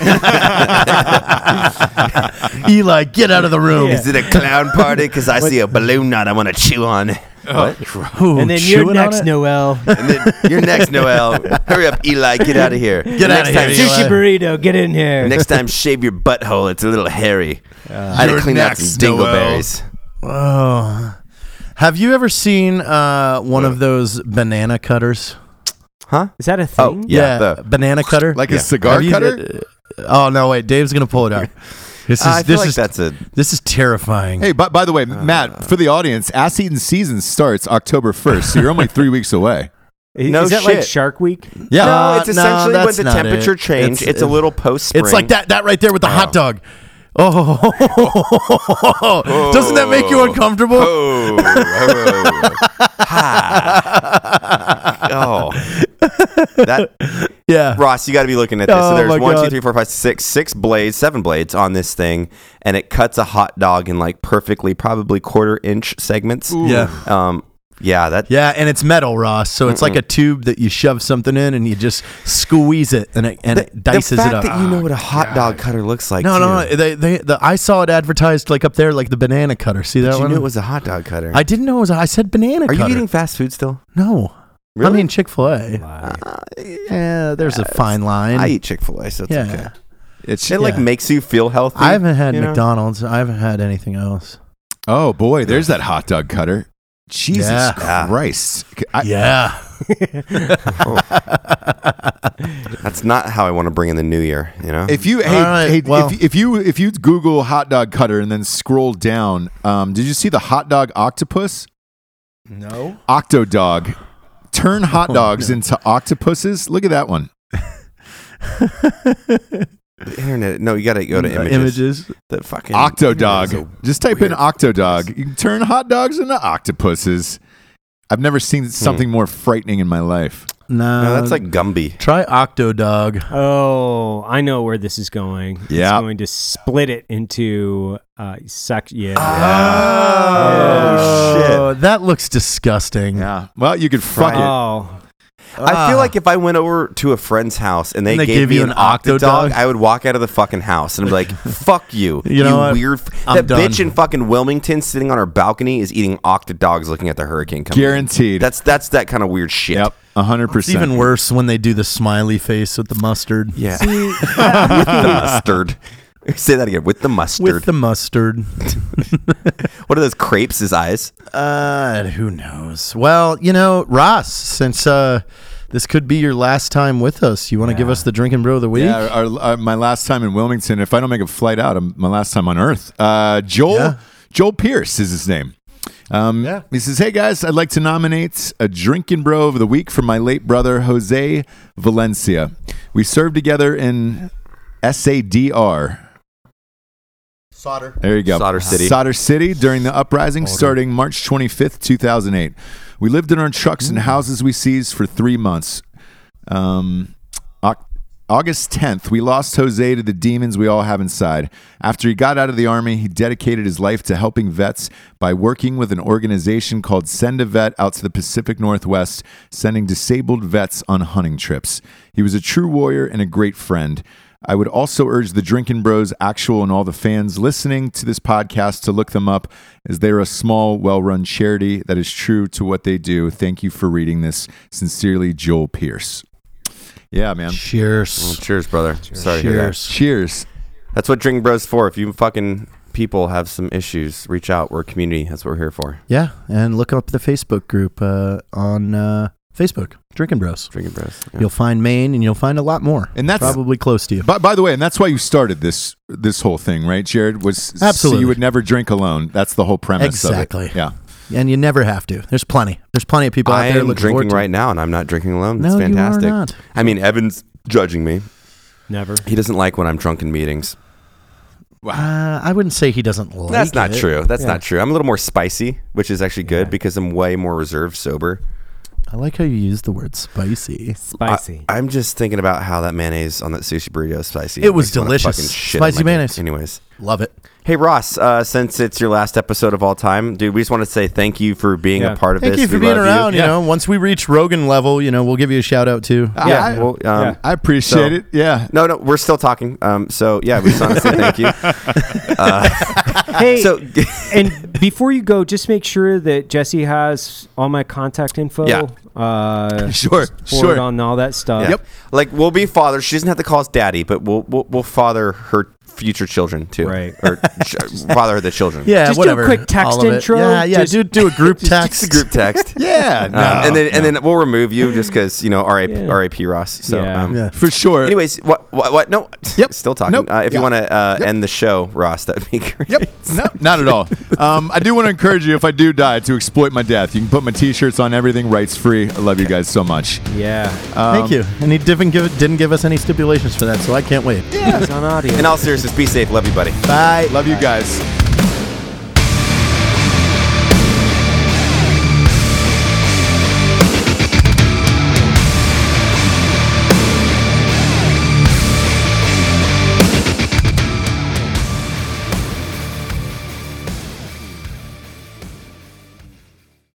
Speaker 3: get out of the room.
Speaker 4: Is it a clown party?
Speaker 3: [laughs]
Speaker 4: Because I see a balloon knot I want to chew on. What?
Speaker 3: Ooh,
Speaker 5: And then
Speaker 3: chewing
Speaker 5: you're
Speaker 3: on
Speaker 5: next,
Speaker 3: it? [laughs]
Speaker 5: Noel.
Speaker 4: And then you're next, Noel. Hurry up, Eli. Get out of here. Get
Speaker 3: outta here, Eli.
Speaker 5: Sushi burrito, get in here.
Speaker 4: Next time, shave your butthole. It's a little hairy. I had to
Speaker 2: You're
Speaker 4: clean out
Speaker 2: next,
Speaker 4: some dingleberries.
Speaker 3: Oh. Have you ever seen uh, one of those banana cutters?
Speaker 4: Huh?
Speaker 5: Is that a
Speaker 4: Oh,
Speaker 5: thing?
Speaker 4: yeah. the-
Speaker 3: banana cutter.
Speaker 2: Like
Speaker 4: Yeah.
Speaker 2: a cigar
Speaker 3: Have you-
Speaker 2: cutter?
Speaker 3: oh no! Wait, Dave's gonna pull it
Speaker 4: [laughs]
Speaker 3: out. This is
Speaker 4: I feel
Speaker 3: this
Speaker 4: like
Speaker 3: is
Speaker 4: that's a.
Speaker 3: this is terrifying.
Speaker 2: hey, but by the way,
Speaker 4: Uh.
Speaker 2: Matt, for the audience, ass eating season starts October first, so you're only three weeks away.
Speaker 5: Is,
Speaker 4: No
Speaker 5: is that like
Speaker 4: shit.
Speaker 5: Shark
Speaker 3: [laughs]
Speaker 5: Week?
Speaker 3: yeah, Uh,
Speaker 4: no, it's essentially when
Speaker 3: that's
Speaker 4: the
Speaker 3: not it.
Speaker 4: temperature changed. It's, a little post spring.
Speaker 3: It's like that that right there with the hot dog. Oh, [laughs] doesn't that make you uncomfortable? [laughs]
Speaker 4: Oh, oh,
Speaker 3: [laughs]
Speaker 4: Ha. oh. That
Speaker 3: Yeah.
Speaker 4: Ross, you got to be looking at this.
Speaker 3: Oh
Speaker 4: so
Speaker 3: my
Speaker 4: there's one, two,
Speaker 3: God.
Speaker 4: three, four, five, six, six blades, seven blades on this thing, and it cuts a hot dog in like perfectly, probably quarter inch segments.
Speaker 3: Yeah.
Speaker 4: Um, yeah, that
Speaker 3: Yeah, and it's metal, Ross. So it's like a tube that you shove something in and you just squeeze it and it and it dices
Speaker 4: the fact
Speaker 3: it up. Oh,
Speaker 4: that you know what a hot dog cutter looks
Speaker 3: [gasps]
Speaker 4: like.
Speaker 3: no,
Speaker 4: too.
Speaker 3: no, no. They, they, the, I saw it advertised like up there, like the banana cutter. See that
Speaker 4: But you
Speaker 3: one?
Speaker 4: knew it was a hot dog cutter.
Speaker 3: I didn't know it was. I said banana.
Speaker 4: Are you
Speaker 3: cutter.
Speaker 4: eating fast food still?
Speaker 3: No.
Speaker 4: Really?
Speaker 3: I mean Chick Fil A. Yeah, there's a fine line.
Speaker 4: I eat Chick Fil A, so it's
Speaker 3: yeah,
Speaker 4: okay.
Speaker 2: It's
Speaker 4: It like
Speaker 3: Yeah.
Speaker 4: makes you feel healthy.
Speaker 3: I haven't had
Speaker 4: you know?
Speaker 3: McDonald's. I haven't had anything else.
Speaker 2: oh boy, there's that hot dog cutter. Jesus
Speaker 3: Yeah.
Speaker 2: Christ! I,
Speaker 3: yeah.
Speaker 4: That's not how I want to bring in the new year. You know,
Speaker 2: If you hey,
Speaker 3: All right,
Speaker 2: hey
Speaker 3: well-
Speaker 2: if, if you if you Google hot dog cutter and then scroll down, um, did you see the hot dog octopus? No. Octo dog. Turn hot
Speaker 3: Oh,
Speaker 2: dogs into octopuses. Look at that one.
Speaker 4: the internet. No, you got to go to images.
Speaker 3: Images.
Speaker 4: The fucking
Speaker 2: Octo
Speaker 4: internet is
Speaker 2: dog. Just type in
Speaker 4: weird
Speaker 2: octo dog. You can turn hot dogs into octopuses. I've never
Speaker 3: Hmm.
Speaker 2: seen something more frightening in my life.
Speaker 3: No,
Speaker 4: a- No, that's like Gumby.
Speaker 3: try Octo Dog.
Speaker 5: Oh, I know where this is going.
Speaker 2: Yeah.
Speaker 5: It's going to split it into uh, sec- yeah.
Speaker 3: Ah,
Speaker 4: Oh,
Speaker 3: shit! Oh, That looks disgusting. Ah.
Speaker 2: Yeah. Well, you could fuck it.
Speaker 5: Oh,
Speaker 4: I feel like if I went over to a friend's house and they,
Speaker 3: And they
Speaker 4: gave,
Speaker 3: gave
Speaker 4: me
Speaker 3: you
Speaker 4: an
Speaker 3: an Octo
Speaker 4: octo dog,
Speaker 3: dog?
Speaker 4: I would walk out of the fucking house and
Speaker 3: [laughs]
Speaker 4: be like, "Fuck you,
Speaker 3: You know what?
Speaker 4: weird." F-
Speaker 3: I'm
Speaker 4: that
Speaker 3: done.
Speaker 4: bitch in fucking Wilmington, sitting on her balcony, is eating octo dogs, looking at the hurricane coming. in.
Speaker 2: Guaranteed.
Speaker 4: That's that's that kind of weird shit.
Speaker 2: yep. hundred
Speaker 3: It's
Speaker 2: percent.
Speaker 3: even worse when they do the smiley face with the mustard. [laughs]
Speaker 4: Yeah.
Speaker 5: see,
Speaker 4: the mustard. [laughs] Say that again. With the mustard.
Speaker 3: with the mustard.
Speaker 4: what are those crepes? His eyes.
Speaker 3: Uh, who knows? Well, you know, Ross, since uh, this could be your last time with us, you want to give us the drink and bro of the week?
Speaker 2: Yeah, our, our- uh, my last time in Wilmington. If I don't make a flight out, I'm my last time on Earth. Uh, Joel
Speaker 3: Yeah.
Speaker 2: Joel Pierce is his name. Um,
Speaker 3: Yeah.
Speaker 2: He says, "Hey guys, I'd like to nominate a drinking bro of the week for my late brother Jose Valencia. We served together in SADR.
Speaker 3: Solder.
Speaker 2: There you go.
Speaker 4: Sodder City.
Speaker 2: Sodder City during the uprising starting March 25th, 2008. We lived in our trucks
Speaker 3: Mm.
Speaker 2: and houses we seized for three months. Um, Oc- August 10th, we lost Jose to the demons we all have inside. After he got out of the army, he dedicated his life to helping vets by working with an organization called Send a Vet out to the Pacific Northwest, sending disabled vets on hunting trips. He was a true warrior and a great friend. I would also urge the Drinkin' Bros, actual, and all the fans listening to this podcast to look them up, as they are a small, well run charity that is true to what they do. Thank you for reading this. Sincerely, Joel Pierce. Yeah, man.
Speaker 3: Cheers.
Speaker 4: Oh, Cheers, brother. Mm, Sorry. to hear that.
Speaker 3: Cheers.
Speaker 2: Cheers.
Speaker 4: That's what Drink Bros for. If you fucking people have some issues, reach out. We're a community. That's what we're here for.
Speaker 3: Yeah, and look up the Facebook group uh, on uh, Facebook, Drinking Bros.
Speaker 4: Drinking Bros. Yeah.
Speaker 3: You'll find Maine, and you'll find a lot more.
Speaker 2: And that's-
Speaker 3: probably close to you.
Speaker 2: By, by the way, and that's why you started this this whole thing, right, Jared? Was so
Speaker 3: Absolutely.
Speaker 2: you would never drink alone. That's the whole premise. Of
Speaker 3: Exactly.
Speaker 2: it. Yeah.
Speaker 3: And you never have to. There's plenty. There's plenty of people out
Speaker 4: I
Speaker 3: there
Speaker 4: am
Speaker 3: looking
Speaker 4: drinking
Speaker 3: forward to it.
Speaker 4: right now, and I'm not drinking alone. That's
Speaker 3: No, you are
Speaker 4: fantastic.
Speaker 3: not.
Speaker 4: I mean, Evan's judging me.
Speaker 5: [laughs] Never.
Speaker 4: He doesn't like when I'm drunk in meetings.
Speaker 3: Uh, I wouldn't say he doesn't like.
Speaker 4: That's not
Speaker 3: it.
Speaker 4: true. That's
Speaker 5: Yeah.
Speaker 4: not true. I'm a little more spicy, which is actually good
Speaker 5: Yeah.
Speaker 4: because I'm way more reserved sober.
Speaker 3: I like how you use the word spicy.
Speaker 5: Spicy.
Speaker 4: I, am just thinking about how that mayonnaise on that sushi burrito is spicy.
Speaker 3: It was
Speaker 4: makes me wanna
Speaker 3: delicious.
Speaker 4: fucking shit in
Speaker 3: Spicy
Speaker 4: my pants.
Speaker 3: mayonnaise.
Speaker 4: Anyways.
Speaker 3: Love it.
Speaker 4: Hey Ross, uh, since it's your last episode of all time, dude, we just want to say thank you for being
Speaker 5: Yeah.
Speaker 4: a part of
Speaker 3: Thank
Speaker 4: this.
Speaker 3: you for
Speaker 4: We
Speaker 3: being
Speaker 4: love
Speaker 3: around. You.
Speaker 2: Yeah.
Speaker 3: know, once we reach Rogan level, you know, we'll give you a shout out too.
Speaker 2: I-
Speaker 4: Yeah,
Speaker 2: I,
Speaker 4: well, um,
Speaker 5: Yeah.
Speaker 2: I appreciate
Speaker 4: so-
Speaker 2: it. Yeah.
Speaker 4: No, no, we're still talking. Um, so yeah, we just want to say thank you.
Speaker 3: [laughs]
Speaker 5: hey,
Speaker 4: So
Speaker 5: and before you go, just make sure that Jesse has all my contact info.
Speaker 4: Yeah.
Speaker 5: Uh,
Speaker 2: Sure.
Speaker 5: forward
Speaker 2: Sure.
Speaker 5: on all that stuff.
Speaker 4: yeah. like we'll be father. She doesn't have to call us daddy, but we'll we'll, we'll father her future children too,
Speaker 5: Right.
Speaker 4: Or ch- [laughs] father the children.
Speaker 3: Yeah,
Speaker 5: Just do a
Speaker 3: whatever.
Speaker 5: quick text
Speaker 3: All of it.
Speaker 5: intro.
Speaker 3: Yeah, yeah.
Speaker 5: Just-
Speaker 3: do do a group
Speaker 4: It's
Speaker 3: text.
Speaker 4: a group text.
Speaker 2: [laughs] Yeah.
Speaker 4: Um,
Speaker 2: no,
Speaker 4: and then and
Speaker 2: no.
Speaker 4: then we'll remove you just because you know RIP
Speaker 5: Yeah.
Speaker 4: RIP Ross. So
Speaker 5: Yeah.
Speaker 4: um,
Speaker 3: Yeah.
Speaker 2: for sure.
Speaker 4: Anyways, what what what? No.
Speaker 2: Yep.
Speaker 4: Still talking.
Speaker 2: Nope.
Speaker 4: Uh, if
Speaker 2: Yeah.
Speaker 4: you want to uh, end the show, Ross, that'd be [laughs] great.
Speaker 2: Yep. No, not at all. Um, I do want to encourage you, if I do die, to exploit my death. You can put my T-shirts on. Everything rights free. I love you guys so much.
Speaker 5: Yeah.
Speaker 3: Thank you. Um, And he didn't give didn't give us any stipulations for that, so I can't wait.
Speaker 5: It's on audio.
Speaker 4: In all seriousness, be safe. Love you, buddy.
Speaker 3: Bye.
Speaker 2: Love you guys.